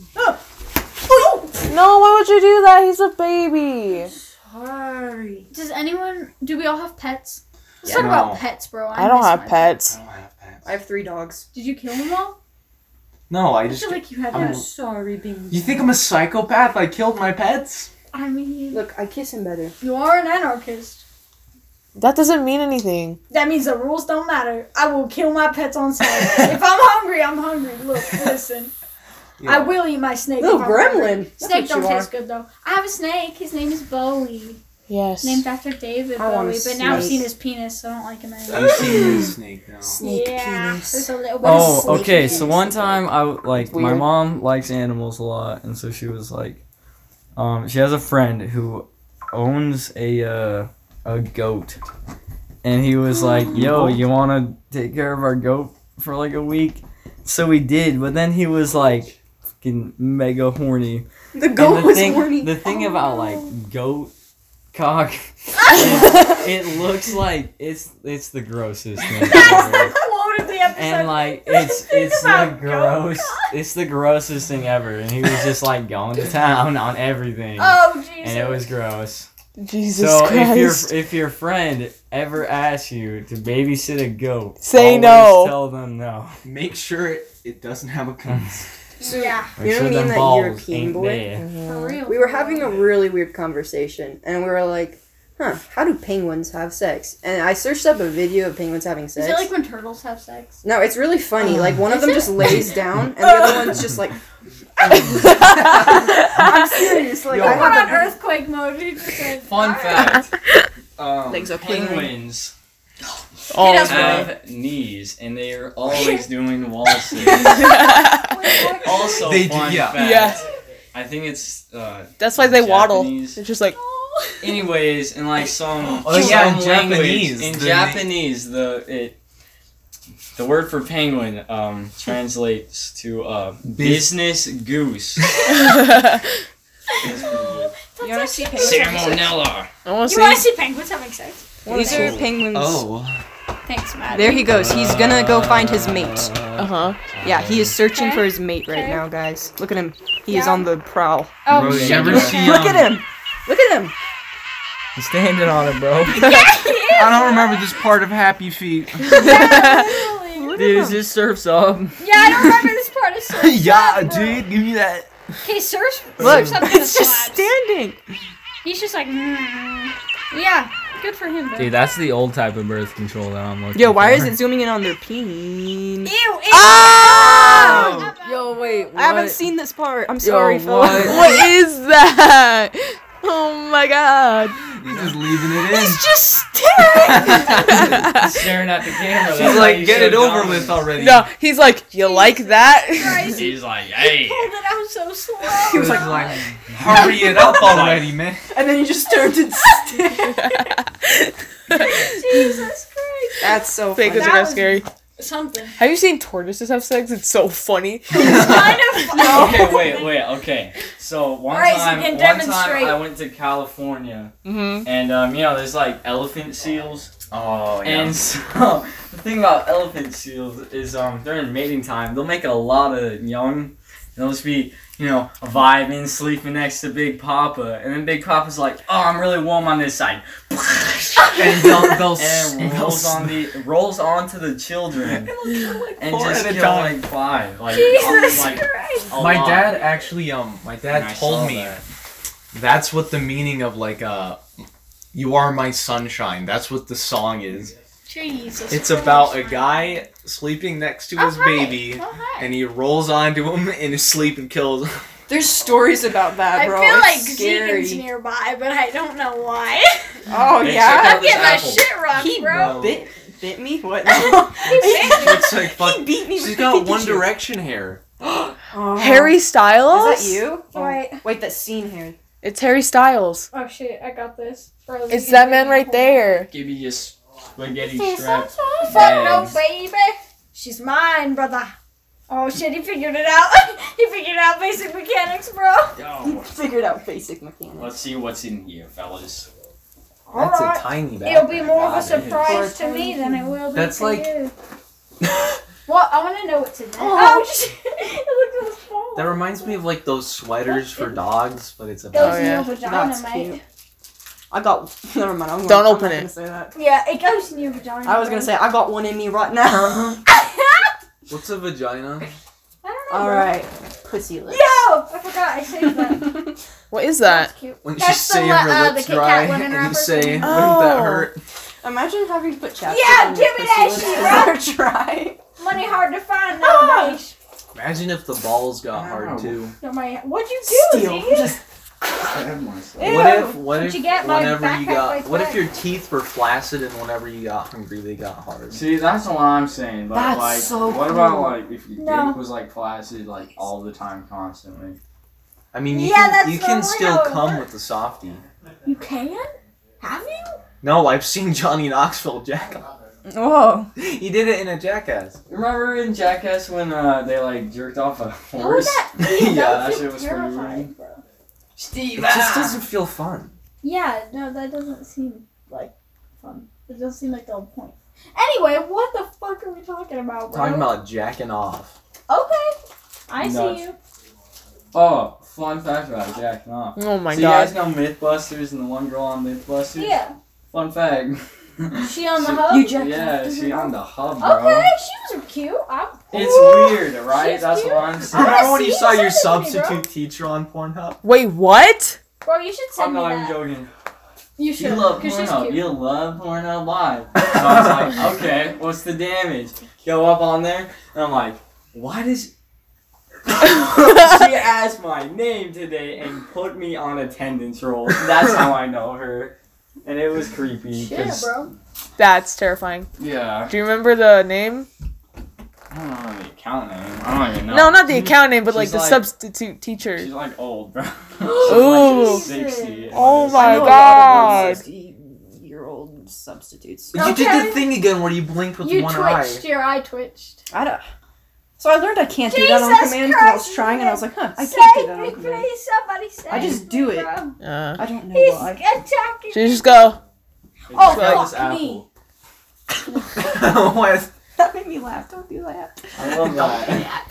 Speaker 3: No, why would you do that? He's a baby.
Speaker 7: Sorry.
Speaker 1: Does anyone? Do we all have pets? Let's
Speaker 5: Yeah.
Speaker 1: talk about
Speaker 5: No.
Speaker 1: pets, bro. I,
Speaker 3: I don't
Speaker 1: miss
Speaker 3: have
Speaker 1: my
Speaker 3: pets.
Speaker 5: don't have pants.
Speaker 7: I have three dogs.
Speaker 1: Did you kill them all?
Speaker 2: No, I
Speaker 1: I
Speaker 2: just.
Speaker 1: feel like you had
Speaker 2: I'm-
Speaker 1: pets.
Speaker 7: Sorry, Bean.
Speaker 2: You think I'm a psychopath? I killed my pets.
Speaker 1: I mean,
Speaker 7: Look, I kiss him better.
Speaker 1: you are an anarchist.
Speaker 3: That doesn't mean anything.
Speaker 1: That means the rules don't matter. I will kill my pets on sight. if I'm hungry, I'm hungry. Look, listen. I will eat my snake.
Speaker 7: Little
Speaker 1: if I'm hungry.
Speaker 7: gremlin. That's
Speaker 1: Snake
Speaker 7: what
Speaker 1: don't
Speaker 7: you are.
Speaker 1: taste good though. I have a snake. His name is Bowie,
Speaker 3: Yes.
Speaker 1: named after David
Speaker 7: I want a
Speaker 1: Bowie. But now I've
Speaker 7: snake.
Speaker 1: seen his penis, so I don't like him anymore.
Speaker 2: I've seen this snake now.
Speaker 7: Snake
Speaker 1: yeah,
Speaker 7: penis.
Speaker 1: there's a little bit of
Speaker 5: Oh,
Speaker 1: snake
Speaker 5: okay.
Speaker 1: penis.
Speaker 5: So one time, I w- like my
Speaker 3: Weird.
Speaker 5: mom likes animals a lot, and so she was like, um, she has a friend who owns a uh, a goat, and he was like, "Yo, you wanna take care of our goat for like a week?" So we did, but then he was like, fucking mega horny.
Speaker 7: The
Speaker 5: And
Speaker 7: goat
Speaker 5: the
Speaker 7: was
Speaker 5: thing,
Speaker 7: horny.
Speaker 5: The thing
Speaker 1: Oh,
Speaker 5: about
Speaker 1: no.
Speaker 5: like goat cock, it, it looks like it's it's the grossest thing.
Speaker 1: That's
Speaker 5: ever
Speaker 1: the quote of the episode.
Speaker 5: and like it's it's the
Speaker 1: About
Speaker 5: gross
Speaker 1: Goku.
Speaker 5: it's the grossest thing ever and he was just like going to town on everything
Speaker 1: Oh Jesus.
Speaker 5: and it was gross
Speaker 3: Jesus
Speaker 5: so
Speaker 3: Christ.
Speaker 5: if your if your friend ever asks you to babysit a goat
Speaker 3: Say
Speaker 5: always
Speaker 3: no.
Speaker 5: tell them no
Speaker 2: Make sure it, it doesn't have a cum.
Speaker 1: yeah,
Speaker 5: Make
Speaker 7: You know what I
Speaker 5: sure
Speaker 7: mean,
Speaker 5: them
Speaker 7: that
Speaker 5: balls
Speaker 7: European
Speaker 5: ain't
Speaker 7: boy?
Speaker 5: there.
Speaker 1: for real.
Speaker 7: We were having a really weird conversation, and we were like, huh, how do penguins have sex? And I searched up a video of penguins having
Speaker 1: Is
Speaker 7: sex.
Speaker 1: it like when turtles have sex?
Speaker 7: no, it's really funny. Like, one of
Speaker 1: Is
Speaker 7: them
Speaker 1: it?
Speaker 7: just lays down, and the other one's just like, I'm serious. Like,
Speaker 5: Yo.
Speaker 7: I
Speaker 1: We're
Speaker 7: have
Speaker 1: on
Speaker 7: the-
Speaker 1: earthquake mode. He just said,
Speaker 6: Fun
Speaker 1: "Alright."
Speaker 6: fact. Um,
Speaker 7: Legs are clean.
Speaker 6: penguins
Speaker 3: oh,
Speaker 1: Get up,
Speaker 3: man.
Speaker 6: have knees, and they are always doing waltzes.
Speaker 5: uh,
Speaker 6: also,
Speaker 2: They do-
Speaker 6: fun
Speaker 2: yeah.
Speaker 6: fact.
Speaker 3: Yeah.
Speaker 6: I think it's uh,
Speaker 3: That's why they waddle.
Speaker 6: Japanese.
Speaker 3: It's just like
Speaker 6: Anyways, in like some,
Speaker 2: Oh,
Speaker 6: some
Speaker 2: yeah, in
Speaker 6: language-
Speaker 2: Japanese,
Speaker 6: in
Speaker 2: the-
Speaker 6: Japanese, the it the word for penguin um, translates to uh, business goose.
Speaker 3: I
Speaker 7: You wanna see penguins having sex?
Speaker 6: Salmonella.
Speaker 3: want
Speaker 1: You
Speaker 3: to
Speaker 1: want
Speaker 3: see.
Speaker 1: to see penguins having sex?
Speaker 7: These are penguins.
Speaker 2: Oh.
Speaker 1: Thanks, Matt.
Speaker 7: There he goes. He's gonna go find his mate.
Speaker 3: Uh huh.
Speaker 7: Yeah, he is searching
Speaker 1: Okay.
Speaker 7: for his mate right
Speaker 1: Okay.
Speaker 7: now, guys. Look at him. He is
Speaker 1: Yeah.
Speaker 7: on the prowl.
Speaker 1: Oh,
Speaker 5: Bro, you
Speaker 1: shit.
Speaker 5: ever
Speaker 1: you
Speaker 5: see,
Speaker 1: okay?
Speaker 5: um,
Speaker 7: Look at him. Look at him.
Speaker 5: He's standing on it bro
Speaker 2: I don't remember this part of Happy Feet.
Speaker 1: Absolutely.
Speaker 5: dude it just surfs up
Speaker 1: Yeah, I don't remember this part of surf.
Speaker 2: yeah, dude, give me that.
Speaker 1: Okay, surf.
Speaker 7: Look,
Speaker 1: surf's up in the
Speaker 7: it's just
Speaker 1: slabs.
Speaker 7: standing.
Speaker 1: He's just like, mm. yeah. Good for him. Though.
Speaker 2: Dude, that's the old type of birth control that I'm looking
Speaker 7: Yo, why
Speaker 2: for.
Speaker 7: is it zooming in on their peen?
Speaker 1: Ew, ew. Oh,
Speaker 3: Ah!
Speaker 7: Yo, wait. I haven't seen this part. I'm sorry,
Speaker 3: what?
Speaker 7: fellas.
Speaker 3: what is that? Oh my god.
Speaker 6: He's just leaving it in.
Speaker 3: Just staring.
Speaker 5: staring at the camera.
Speaker 6: She's like, get it over with already.
Speaker 3: no, he's like, you like that?
Speaker 1: Christ,
Speaker 5: He's like, hey,
Speaker 1: pulled it out so slow.
Speaker 6: He was like, like, hurry it up already, man.
Speaker 7: And then you just turned and stared.
Speaker 1: Jesus Christ.
Speaker 7: That's so funny.
Speaker 3: Because
Speaker 1: That
Speaker 3: it got
Speaker 1: was-
Speaker 3: scary.
Speaker 1: Something.
Speaker 3: Have you seen tortoises have sex? It's so funny.
Speaker 1: It's kind of.
Speaker 5: okay, wait, wait, okay. So one
Speaker 1: Alright, so you
Speaker 5: time,
Speaker 1: can
Speaker 5: one
Speaker 1: demonstrate.
Speaker 5: time I went to California,
Speaker 3: Mm-hmm.
Speaker 5: and um, you know, there's like elephant seals,
Speaker 6: Oh,
Speaker 5: and so the thing about elephant seals is um during mating time they'll make a lot of young, and they'll just be you know vibing, sleeping next to Big Papa, and then Big Papa's like, oh, I'm really warm on this side,
Speaker 6: And they'll, they'll,
Speaker 5: and rolls on the rolls onto the children, and
Speaker 6: four
Speaker 5: just
Speaker 6: at a
Speaker 5: kill
Speaker 6: time.
Speaker 5: like five, like
Speaker 1: Jesus
Speaker 5: like
Speaker 1: Christ.
Speaker 5: a
Speaker 6: my
Speaker 5: lot.
Speaker 6: dad actually, um, my dad
Speaker 5: And I saw
Speaker 6: told me
Speaker 5: that.
Speaker 6: that's what the meaning of like, uh, "You Are My Sunshine." That's what the song is.
Speaker 1: Jesus.
Speaker 6: It's
Speaker 1: Christ.
Speaker 6: about a guy sleeping next to
Speaker 1: Oh,
Speaker 6: his
Speaker 1: hi.
Speaker 6: baby,
Speaker 1: Oh, hi.
Speaker 6: and he rolls onto him in his sleep and kills. him.
Speaker 7: There's stories about that,
Speaker 1: I
Speaker 7: bro.
Speaker 1: feel
Speaker 7: it's
Speaker 1: like
Speaker 7: scary.
Speaker 1: Zegan's nearby, but I don't know why.
Speaker 7: Oh
Speaker 5: They
Speaker 7: yeah.
Speaker 1: I'm
Speaker 5: check out this
Speaker 1: getting my
Speaker 5: apple.
Speaker 1: shit rocked,
Speaker 7: He
Speaker 1: bro.
Speaker 7: bit bit me. What?
Speaker 1: He bit me.
Speaker 6: It's like fuck.
Speaker 7: he beat me.
Speaker 6: She's
Speaker 7: with
Speaker 6: got
Speaker 7: the
Speaker 6: One
Speaker 7: Pikachu.
Speaker 6: Direction hair.
Speaker 7: Oh.
Speaker 3: Harry Styles?
Speaker 7: Is that you?
Speaker 1: Oh, wait.
Speaker 7: Wait, that scene here.
Speaker 3: It's Harry Styles.
Speaker 1: Oh shit, I got this. Bro,
Speaker 3: It's that man right there.
Speaker 5: Give me your spaghetti strap.
Speaker 1: No,
Speaker 5: Yes.
Speaker 1: baby. She's mine, brother. Oh shit, he figured it out. he figured out basic mechanics, bro.
Speaker 7: He figured out basic mechanics.
Speaker 5: Let's see what's in here, fellas.
Speaker 6: That's
Speaker 1: Alright.
Speaker 6: a tiny bag.
Speaker 1: It'll be more of a
Speaker 5: God, it is.
Speaker 1: surprise to me than it will be
Speaker 6: That's
Speaker 1: to
Speaker 6: like-
Speaker 1: you. Well, I want to know what's in there.
Speaker 7: Oh,
Speaker 1: shit! it looks so small.
Speaker 6: That reminds me of like those sweaters for dogs, but it's a
Speaker 1: Goes
Speaker 3: Oh,
Speaker 1: in
Speaker 3: yeah.
Speaker 1: your vagina,
Speaker 7: That's
Speaker 1: mate.
Speaker 7: cute. I got. Never mind. I'm
Speaker 3: Don't
Speaker 7: gonna,
Speaker 3: open
Speaker 7: I'm not
Speaker 3: it.
Speaker 7: Gonna say that.
Speaker 1: Yeah, it goes in your vagina.
Speaker 7: I was gonna
Speaker 1: bro.
Speaker 7: say I got one in me right now.
Speaker 6: What's a vagina?
Speaker 1: I don't know.
Speaker 7: All
Speaker 1: bro.
Speaker 7: right, pussy lips.
Speaker 1: Yo, I forgot. I saved that.
Speaker 3: What is
Speaker 1: That's
Speaker 3: that?
Speaker 1: cute.
Speaker 6: When you
Speaker 1: That's the
Speaker 6: say
Speaker 1: le-
Speaker 6: her
Speaker 1: uh, the
Speaker 6: lips
Speaker 1: Kit Kat
Speaker 6: dry
Speaker 1: lemon
Speaker 6: and you
Speaker 1: wrapper
Speaker 6: say,
Speaker 1: thing.
Speaker 6: wouldn't that
Speaker 3: Oh.
Speaker 6: hurt?
Speaker 7: Imagine having to put chapstick
Speaker 1: Yeah,
Speaker 7: on
Speaker 1: give
Speaker 7: your
Speaker 1: me
Speaker 7: pussy
Speaker 1: that
Speaker 7: lips
Speaker 1: shit,
Speaker 7: 'cause they're dry.
Speaker 1: Money hard to find
Speaker 7: Oh!
Speaker 1: nowadays.
Speaker 6: Imagine if the balls got
Speaker 5: Ow.
Speaker 6: hard too.
Speaker 1: No, money. What'd you do?
Speaker 7: Steal.
Speaker 1: Ziggy?
Speaker 7: Just-
Speaker 1: Ew.
Speaker 6: What if what
Speaker 1: Did
Speaker 6: if
Speaker 1: you get my
Speaker 6: whenever
Speaker 1: back
Speaker 6: you
Speaker 1: halfway
Speaker 6: got what if
Speaker 1: back?
Speaker 6: your teeth were flaccid and whenever you got hungry they got hard?
Speaker 5: See, that's all I'm saying. But
Speaker 7: That's
Speaker 5: like,
Speaker 7: so
Speaker 5: what
Speaker 7: cool.
Speaker 5: about like if your
Speaker 1: No.
Speaker 5: dick was like flaccid like all the time, constantly?
Speaker 6: I mean you
Speaker 1: Yeah, that's
Speaker 6: can you can
Speaker 1: normally
Speaker 6: still
Speaker 1: how it
Speaker 6: come
Speaker 1: works.
Speaker 6: with the softie.
Speaker 1: You can? Have you?
Speaker 6: No, I've seen Johnny Knoxville jack off.
Speaker 8: Whoa.
Speaker 6: He did it in a jackass.
Speaker 5: Remember in Jackass when uh, they like jerked off a
Speaker 1: Oh,
Speaker 5: horse?
Speaker 1: that,
Speaker 6: Yeah,
Speaker 1: that
Speaker 5: that
Speaker 1: shit
Speaker 5: shit was pretty weird.
Speaker 1: bro.
Speaker 6: It
Speaker 5: Steve,
Speaker 6: just doesn't feel fun.
Speaker 1: Yeah, no, that doesn't seem like fun. It doesn't seem like the whole point. Anyway, what the fuck are we talking about, bro?
Speaker 6: Talking about jacking off.
Speaker 1: Okay, I
Speaker 5: Nuts.
Speaker 1: see you.
Speaker 5: Oh, fun fact about jacking off.
Speaker 3: Oh my
Speaker 5: so
Speaker 3: god.
Speaker 5: you guys know MythBusters and the one girl on MythBusters?
Speaker 1: Yeah,
Speaker 5: Fun fact.
Speaker 1: she on the
Speaker 5: So-
Speaker 1: hub.
Speaker 7: You jacked
Speaker 5: yeah, she on the hub, bro.
Speaker 1: okay, she was cute. I'm cool.
Speaker 5: It's weird, right?
Speaker 1: she's
Speaker 5: That's
Speaker 1: cute.
Speaker 5: what I'm
Speaker 1: I
Speaker 5: saying.
Speaker 1: wanna
Speaker 6: Remember when you
Speaker 1: see
Speaker 6: saw
Speaker 1: you
Speaker 6: your
Speaker 1: send it to me, bro.
Speaker 6: substitute teacher on Pornhub?
Speaker 3: Wait, what?
Speaker 1: Bro, you should send
Speaker 5: I'm
Speaker 1: me
Speaker 5: not
Speaker 1: that.
Speaker 5: even joking.
Speaker 1: You
Speaker 5: You
Speaker 1: should,
Speaker 5: love
Speaker 1: because she's
Speaker 5: Pornhub.
Speaker 1: cute.
Speaker 5: You love Pornhub Live. So I was like, okay, what's the damage? Go up on there, and I'm like, why does. she asked my name today and put me on attendance roll. That's how I know her. And it was creepy.
Speaker 1: Yeah,
Speaker 5: 'cause-
Speaker 1: bro.
Speaker 3: That's terrifying.
Speaker 5: Yeah.
Speaker 3: Do you remember the name?
Speaker 5: I don't know the account name. I don't even know.
Speaker 3: No, not the account name, but like
Speaker 5: She's
Speaker 3: the
Speaker 5: like-
Speaker 3: substitute teacher.
Speaker 5: She's like old, bro.
Speaker 3: Ooh.
Speaker 5: She's like 60.
Speaker 3: Oh
Speaker 7: I
Speaker 3: my
Speaker 7: know a lot of
Speaker 3: God.
Speaker 7: old 60-year-old substitutes.
Speaker 6: You did
Speaker 1: Okay.
Speaker 6: the thing again where you blinked with
Speaker 1: You
Speaker 6: one
Speaker 1: twitched. Your eye twitched.
Speaker 7: I don't. So I learned I can't do that on
Speaker 1: Jesus
Speaker 7: command because I was
Speaker 1: Christ,
Speaker 7: trying and I was
Speaker 1: man.
Speaker 7: like, huh, I can't do
Speaker 1: save
Speaker 7: that
Speaker 1: me,
Speaker 7: on command.
Speaker 1: please. Somebody save
Speaker 7: I just
Speaker 1: me,
Speaker 7: do it.
Speaker 1: bro.
Speaker 3: Uh,
Speaker 7: I don't know
Speaker 1: He's
Speaker 7: why.
Speaker 1: attacking.
Speaker 3: she just go.
Speaker 1: Oh,
Speaker 5: Try this
Speaker 1: fuck me.
Speaker 5: apple.
Speaker 6: eye. What?
Speaker 7: That made me laugh. Don't do that.
Speaker 5: I love that.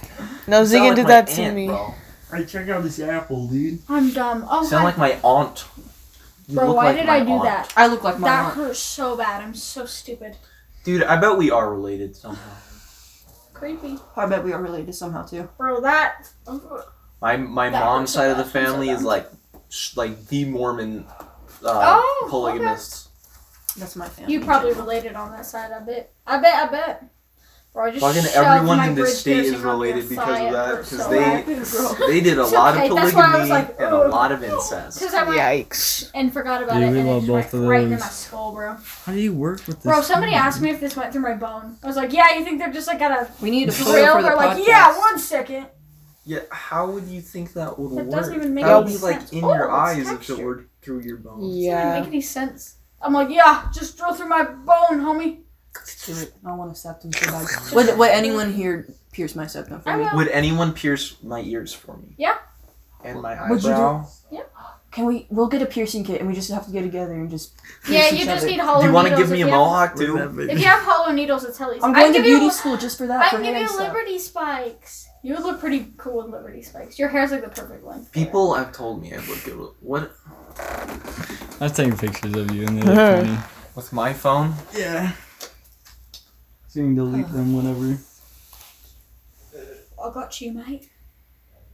Speaker 3: No,
Speaker 6: Sound
Speaker 3: Zigan
Speaker 6: like
Speaker 3: did
Speaker 6: my
Speaker 3: that to
Speaker 6: aunt,
Speaker 3: me.
Speaker 6: bro.
Speaker 2: Hey, check out this apple, dude.
Speaker 1: I'm dumb. Oh
Speaker 6: Sound
Speaker 1: my
Speaker 6: like my aunt. You
Speaker 1: bro,
Speaker 6: look
Speaker 1: why
Speaker 6: like
Speaker 1: did
Speaker 6: my
Speaker 1: I do
Speaker 6: aunt.
Speaker 1: that?
Speaker 7: I look like my
Speaker 1: That
Speaker 7: aunt.
Speaker 1: hurt so bad. I'm so stupid.
Speaker 6: Dude, I bet we are related somehow.
Speaker 1: Creepy,
Speaker 7: Oh, I bet we are related somehow too.
Speaker 1: bro. That.
Speaker 6: My my
Speaker 1: That
Speaker 6: mom's
Speaker 1: hurts
Speaker 6: side of the
Speaker 1: so bad. I'm so
Speaker 6: family is
Speaker 1: bad.
Speaker 6: like sh- like the Mormon uh,
Speaker 1: Oh, okay.
Speaker 6: polygamists.
Speaker 9: That's my family.
Speaker 1: You probably related on that side. I bet. I bet. I bet. Bro, I just
Speaker 2: Fucking
Speaker 1: shoved
Speaker 2: everyone
Speaker 1: my
Speaker 2: in this
Speaker 1: bridge
Speaker 2: state is
Speaker 1: piercing up their
Speaker 2: related because
Speaker 1: thigh
Speaker 2: of
Speaker 1: at
Speaker 2: that,
Speaker 1: first,
Speaker 2: 'cause
Speaker 1: so
Speaker 2: they-
Speaker 1: I-
Speaker 2: They did a
Speaker 1: It's
Speaker 2: lot
Speaker 1: okay,
Speaker 2: of
Speaker 1: that's why I was
Speaker 2: polygamy
Speaker 1: like,
Speaker 2: and a
Speaker 1: "Ugh."
Speaker 2: lot of incest.
Speaker 1: Because I went
Speaker 3: Yikes.
Speaker 1: and forgot about
Speaker 5: Dude,
Speaker 1: it,
Speaker 5: we
Speaker 1: and it
Speaker 5: love
Speaker 1: just
Speaker 5: both
Speaker 1: went
Speaker 5: of
Speaker 1: right into my
Speaker 5: those.
Speaker 1: skull, bro.
Speaker 5: How do you work with this?
Speaker 1: Bro, somebody
Speaker 5: thing?
Speaker 1: asked me if this went through my bone. I was like, yeah, you think they're just like got a
Speaker 2: Oh,
Speaker 9: we need a photo
Speaker 1: drill?
Speaker 9: for the
Speaker 1: They're
Speaker 9: podcast.
Speaker 1: like, yeah, one second.
Speaker 2: Yeah, how would you think that would
Speaker 1: That
Speaker 2: work?
Speaker 1: doesn't even make
Speaker 2: that would
Speaker 1: any
Speaker 2: be like
Speaker 1: sense.
Speaker 2: in
Speaker 1: Oh,
Speaker 2: your
Speaker 1: it's
Speaker 2: eyes if
Speaker 1: texture.
Speaker 2: it were through your bones.
Speaker 1: Doesn't
Speaker 3: Yeah.
Speaker 1: even make any sense. I'm like, yeah, just drill through my bone, homie.
Speaker 9: Do it. I want a septum so bad. Would, would anyone here pierce my septum for
Speaker 1: I
Speaker 9: me?
Speaker 1: will.
Speaker 2: Would anyone pierce my ears for me?
Speaker 1: Yeah.
Speaker 2: And my
Speaker 9: Would you do-
Speaker 2: eyebrow.
Speaker 9: Can we? We'll get a piercing kit, and we just have to get together and just.
Speaker 1: Yeah,
Speaker 9: pierce
Speaker 1: you
Speaker 9: each
Speaker 1: just
Speaker 9: other.
Speaker 1: need hollow
Speaker 2: do you
Speaker 1: want
Speaker 2: want
Speaker 1: to
Speaker 2: to give me a mohawk too?
Speaker 1: If you have hollow needles, it's Helly's.
Speaker 9: I'm
Speaker 1: I
Speaker 9: going
Speaker 1: can
Speaker 9: to
Speaker 1: give
Speaker 9: beauty
Speaker 1: you,
Speaker 9: school just for that.
Speaker 1: I
Speaker 9: for
Speaker 1: can give
Speaker 9: hair
Speaker 1: you
Speaker 9: stuff.
Speaker 1: Liberty Spikes. You would look pretty cool with Liberty Spikes. Your hair's like the perfect one.
Speaker 2: People have told me I look good. with- What
Speaker 5: I was taking pictures of you and they look funny.
Speaker 2: with my phone?
Speaker 5: Yeah. So you can delete them whenever.
Speaker 1: I got you, mate.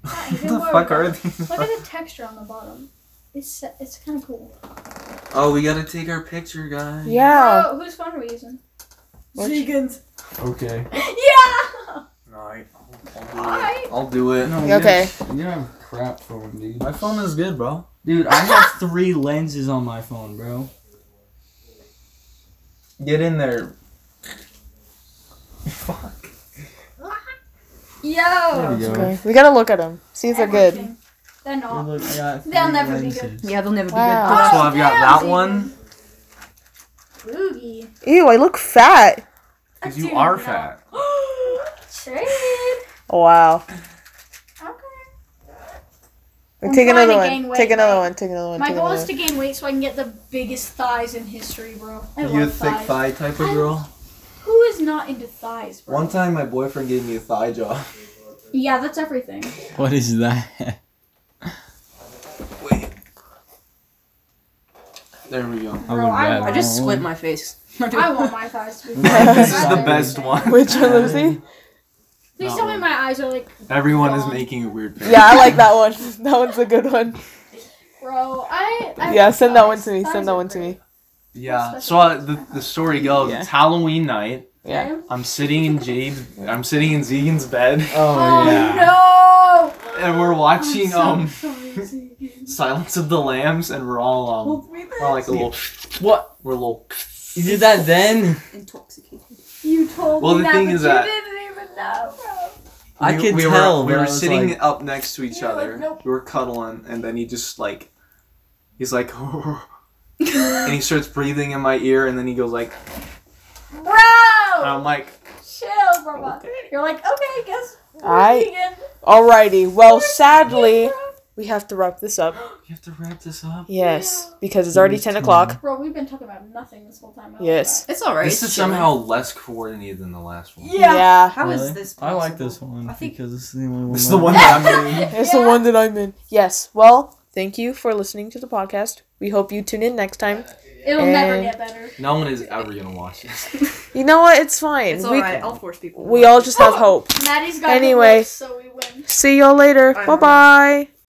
Speaker 1: Not
Speaker 2: what
Speaker 1: even
Speaker 2: the
Speaker 1: worried
Speaker 2: fuck
Speaker 1: about
Speaker 2: are
Speaker 1: it.
Speaker 2: these?
Speaker 1: Look at the texture on the bottom. It's it's kind of cool.
Speaker 2: Oh, we gotta take our picture, guys.
Speaker 3: Yeah.
Speaker 1: Oh, whose phone are we using?
Speaker 3: Which-
Speaker 1: Zegan's.
Speaker 5: Okay.
Speaker 1: Yeah.
Speaker 2: No, I-
Speaker 1: Alright.
Speaker 2: I'll do it. I'll do it.
Speaker 5: No,
Speaker 3: Okay.
Speaker 5: You don't have crap phone, dude.
Speaker 2: My phone is good, bro.
Speaker 5: Dude, I have three lenses on my phone, bro.
Speaker 2: Get in there. Fuck.
Speaker 1: Yo.
Speaker 5: go.
Speaker 3: Oh, Okay. We gotta look at them. See if they're good.
Speaker 1: Everything. They're not.
Speaker 5: Look, I got
Speaker 1: They'll
Speaker 5: three
Speaker 1: never be good.
Speaker 7: Yeah, they'll never
Speaker 3: Wow.
Speaker 2: So
Speaker 1: Oh,
Speaker 2: I've got
Speaker 1: damn,
Speaker 2: that
Speaker 1: Zegan.
Speaker 2: one.
Speaker 1: Boogie.
Speaker 3: Ew, I look fat.
Speaker 2: Because
Speaker 1: I
Speaker 2: you
Speaker 1: do
Speaker 2: are
Speaker 1: know.
Speaker 2: fat.
Speaker 1: Shade.
Speaker 3: Oh, Wow.
Speaker 1: Okay. I'm
Speaker 3: Take
Speaker 1: trying
Speaker 3: another
Speaker 1: to
Speaker 3: one.
Speaker 1: gain weight,
Speaker 3: Take another
Speaker 1: right?
Speaker 3: one. Take another one.
Speaker 1: My
Speaker 3: Take
Speaker 1: goal
Speaker 3: another
Speaker 1: is
Speaker 3: one.
Speaker 1: to gain weight so I can get the biggest thighs in history, bro. I
Speaker 2: you a
Speaker 1: love
Speaker 2: thick
Speaker 1: thighs.
Speaker 2: thigh type of
Speaker 1: I-
Speaker 2: girl?
Speaker 1: Who is not into thighs, bro?
Speaker 2: One time my boyfriend gave me a thigh job.
Speaker 1: Yeah, that's everything.
Speaker 5: What is that?
Speaker 2: There we go.
Speaker 1: Bro, I
Speaker 5: rather
Speaker 1: want-
Speaker 7: I just
Speaker 5: own-
Speaker 7: split my face.
Speaker 1: I want my thighs to be.
Speaker 2: this is the
Speaker 1: That's
Speaker 2: best
Speaker 1: everything.
Speaker 2: one.
Speaker 3: Which one, Lucy?
Speaker 1: Please tell me my eyes are like,
Speaker 2: Everyone is making a weird face.
Speaker 3: Yeah, I like that one. That one's a good one.
Speaker 1: bro. I. I
Speaker 3: Yeah,
Speaker 1: love
Speaker 3: send that one
Speaker 1: thighs.
Speaker 3: to me.
Speaker 1: Thighs
Speaker 3: Send that
Speaker 1: are
Speaker 3: one to
Speaker 1: great.
Speaker 3: me.
Speaker 2: Yeah. So uh, the, the story goes,
Speaker 3: Yeah.
Speaker 2: it's Halloween night.
Speaker 3: Yeah.
Speaker 2: I'm sitting in Jade. I'm sitting in Zegan's bed,
Speaker 1: Oh
Speaker 2: yeah.
Speaker 1: no!
Speaker 2: and we're watching
Speaker 1: I'm
Speaker 2: um
Speaker 1: so sorry, Zegan.
Speaker 2: Silence of the Lambs, and we're all um
Speaker 1: Help me
Speaker 2: we're
Speaker 1: there.
Speaker 2: like a little
Speaker 5: What?
Speaker 2: we're a little.
Speaker 5: You did that then?
Speaker 9: Intoxicated.
Speaker 1: You told
Speaker 2: Well,
Speaker 1: me
Speaker 2: the
Speaker 1: that,
Speaker 2: thing
Speaker 1: but
Speaker 2: is
Speaker 1: you
Speaker 2: that-
Speaker 1: didn't even know, bro.
Speaker 5: I
Speaker 2: we,
Speaker 5: could
Speaker 2: we
Speaker 5: tell,
Speaker 2: Were, we
Speaker 5: but I
Speaker 2: were
Speaker 5: was
Speaker 2: sitting
Speaker 5: like-
Speaker 2: up next to each
Speaker 1: You were like,
Speaker 2: other.
Speaker 1: nope.
Speaker 2: We were cuddling, and then he just like he's like, and he starts breathing in my ear, and then he goes like,
Speaker 1: Bro,
Speaker 2: and I'm like,
Speaker 1: chill, bro. You're like, okay, guess we're
Speaker 3: I-
Speaker 1: vegan.
Speaker 3: Alrighty. Well, sadly,
Speaker 1: Yeah,
Speaker 3: we have to wrap this up.
Speaker 2: you have to wrap this up.
Speaker 3: Yes, because it's already
Speaker 5: It's
Speaker 3: ten
Speaker 5: time.
Speaker 3: o'clock.
Speaker 1: bro. Bro, we've been talking about nothing this whole time. I love
Speaker 3: Yes.
Speaker 1: that.
Speaker 7: It's alright.
Speaker 2: This is somehow less coordinated than the last one.
Speaker 1: Yeah.
Speaker 3: Yeah.
Speaker 7: How is
Speaker 5: Really?
Speaker 7: this?
Speaker 5: I like
Speaker 7: possible?
Speaker 5: this one
Speaker 7: I think-
Speaker 5: because this is the only one.
Speaker 2: This is
Speaker 5: left.
Speaker 2: the one that I'm doing.
Speaker 3: It's
Speaker 1: Yeah.
Speaker 3: the one that I'm in. Yes. Well, thank you for listening to the podcast. We hope you tune in next time.
Speaker 1: It'll never
Speaker 3: And-
Speaker 1: get better.
Speaker 2: No one is ever gonna watch this.
Speaker 3: You know what? It's fine.
Speaker 7: It's
Speaker 3: we
Speaker 7: alright. I'll force people.
Speaker 3: we all just have hope.
Speaker 1: Maddie's got
Speaker 3: Anyway.
Speaker 1: the looks, so we win.
Speaker 3: See y'all later.
Speaker 7: Bye.
Speaker 3: Bye bye.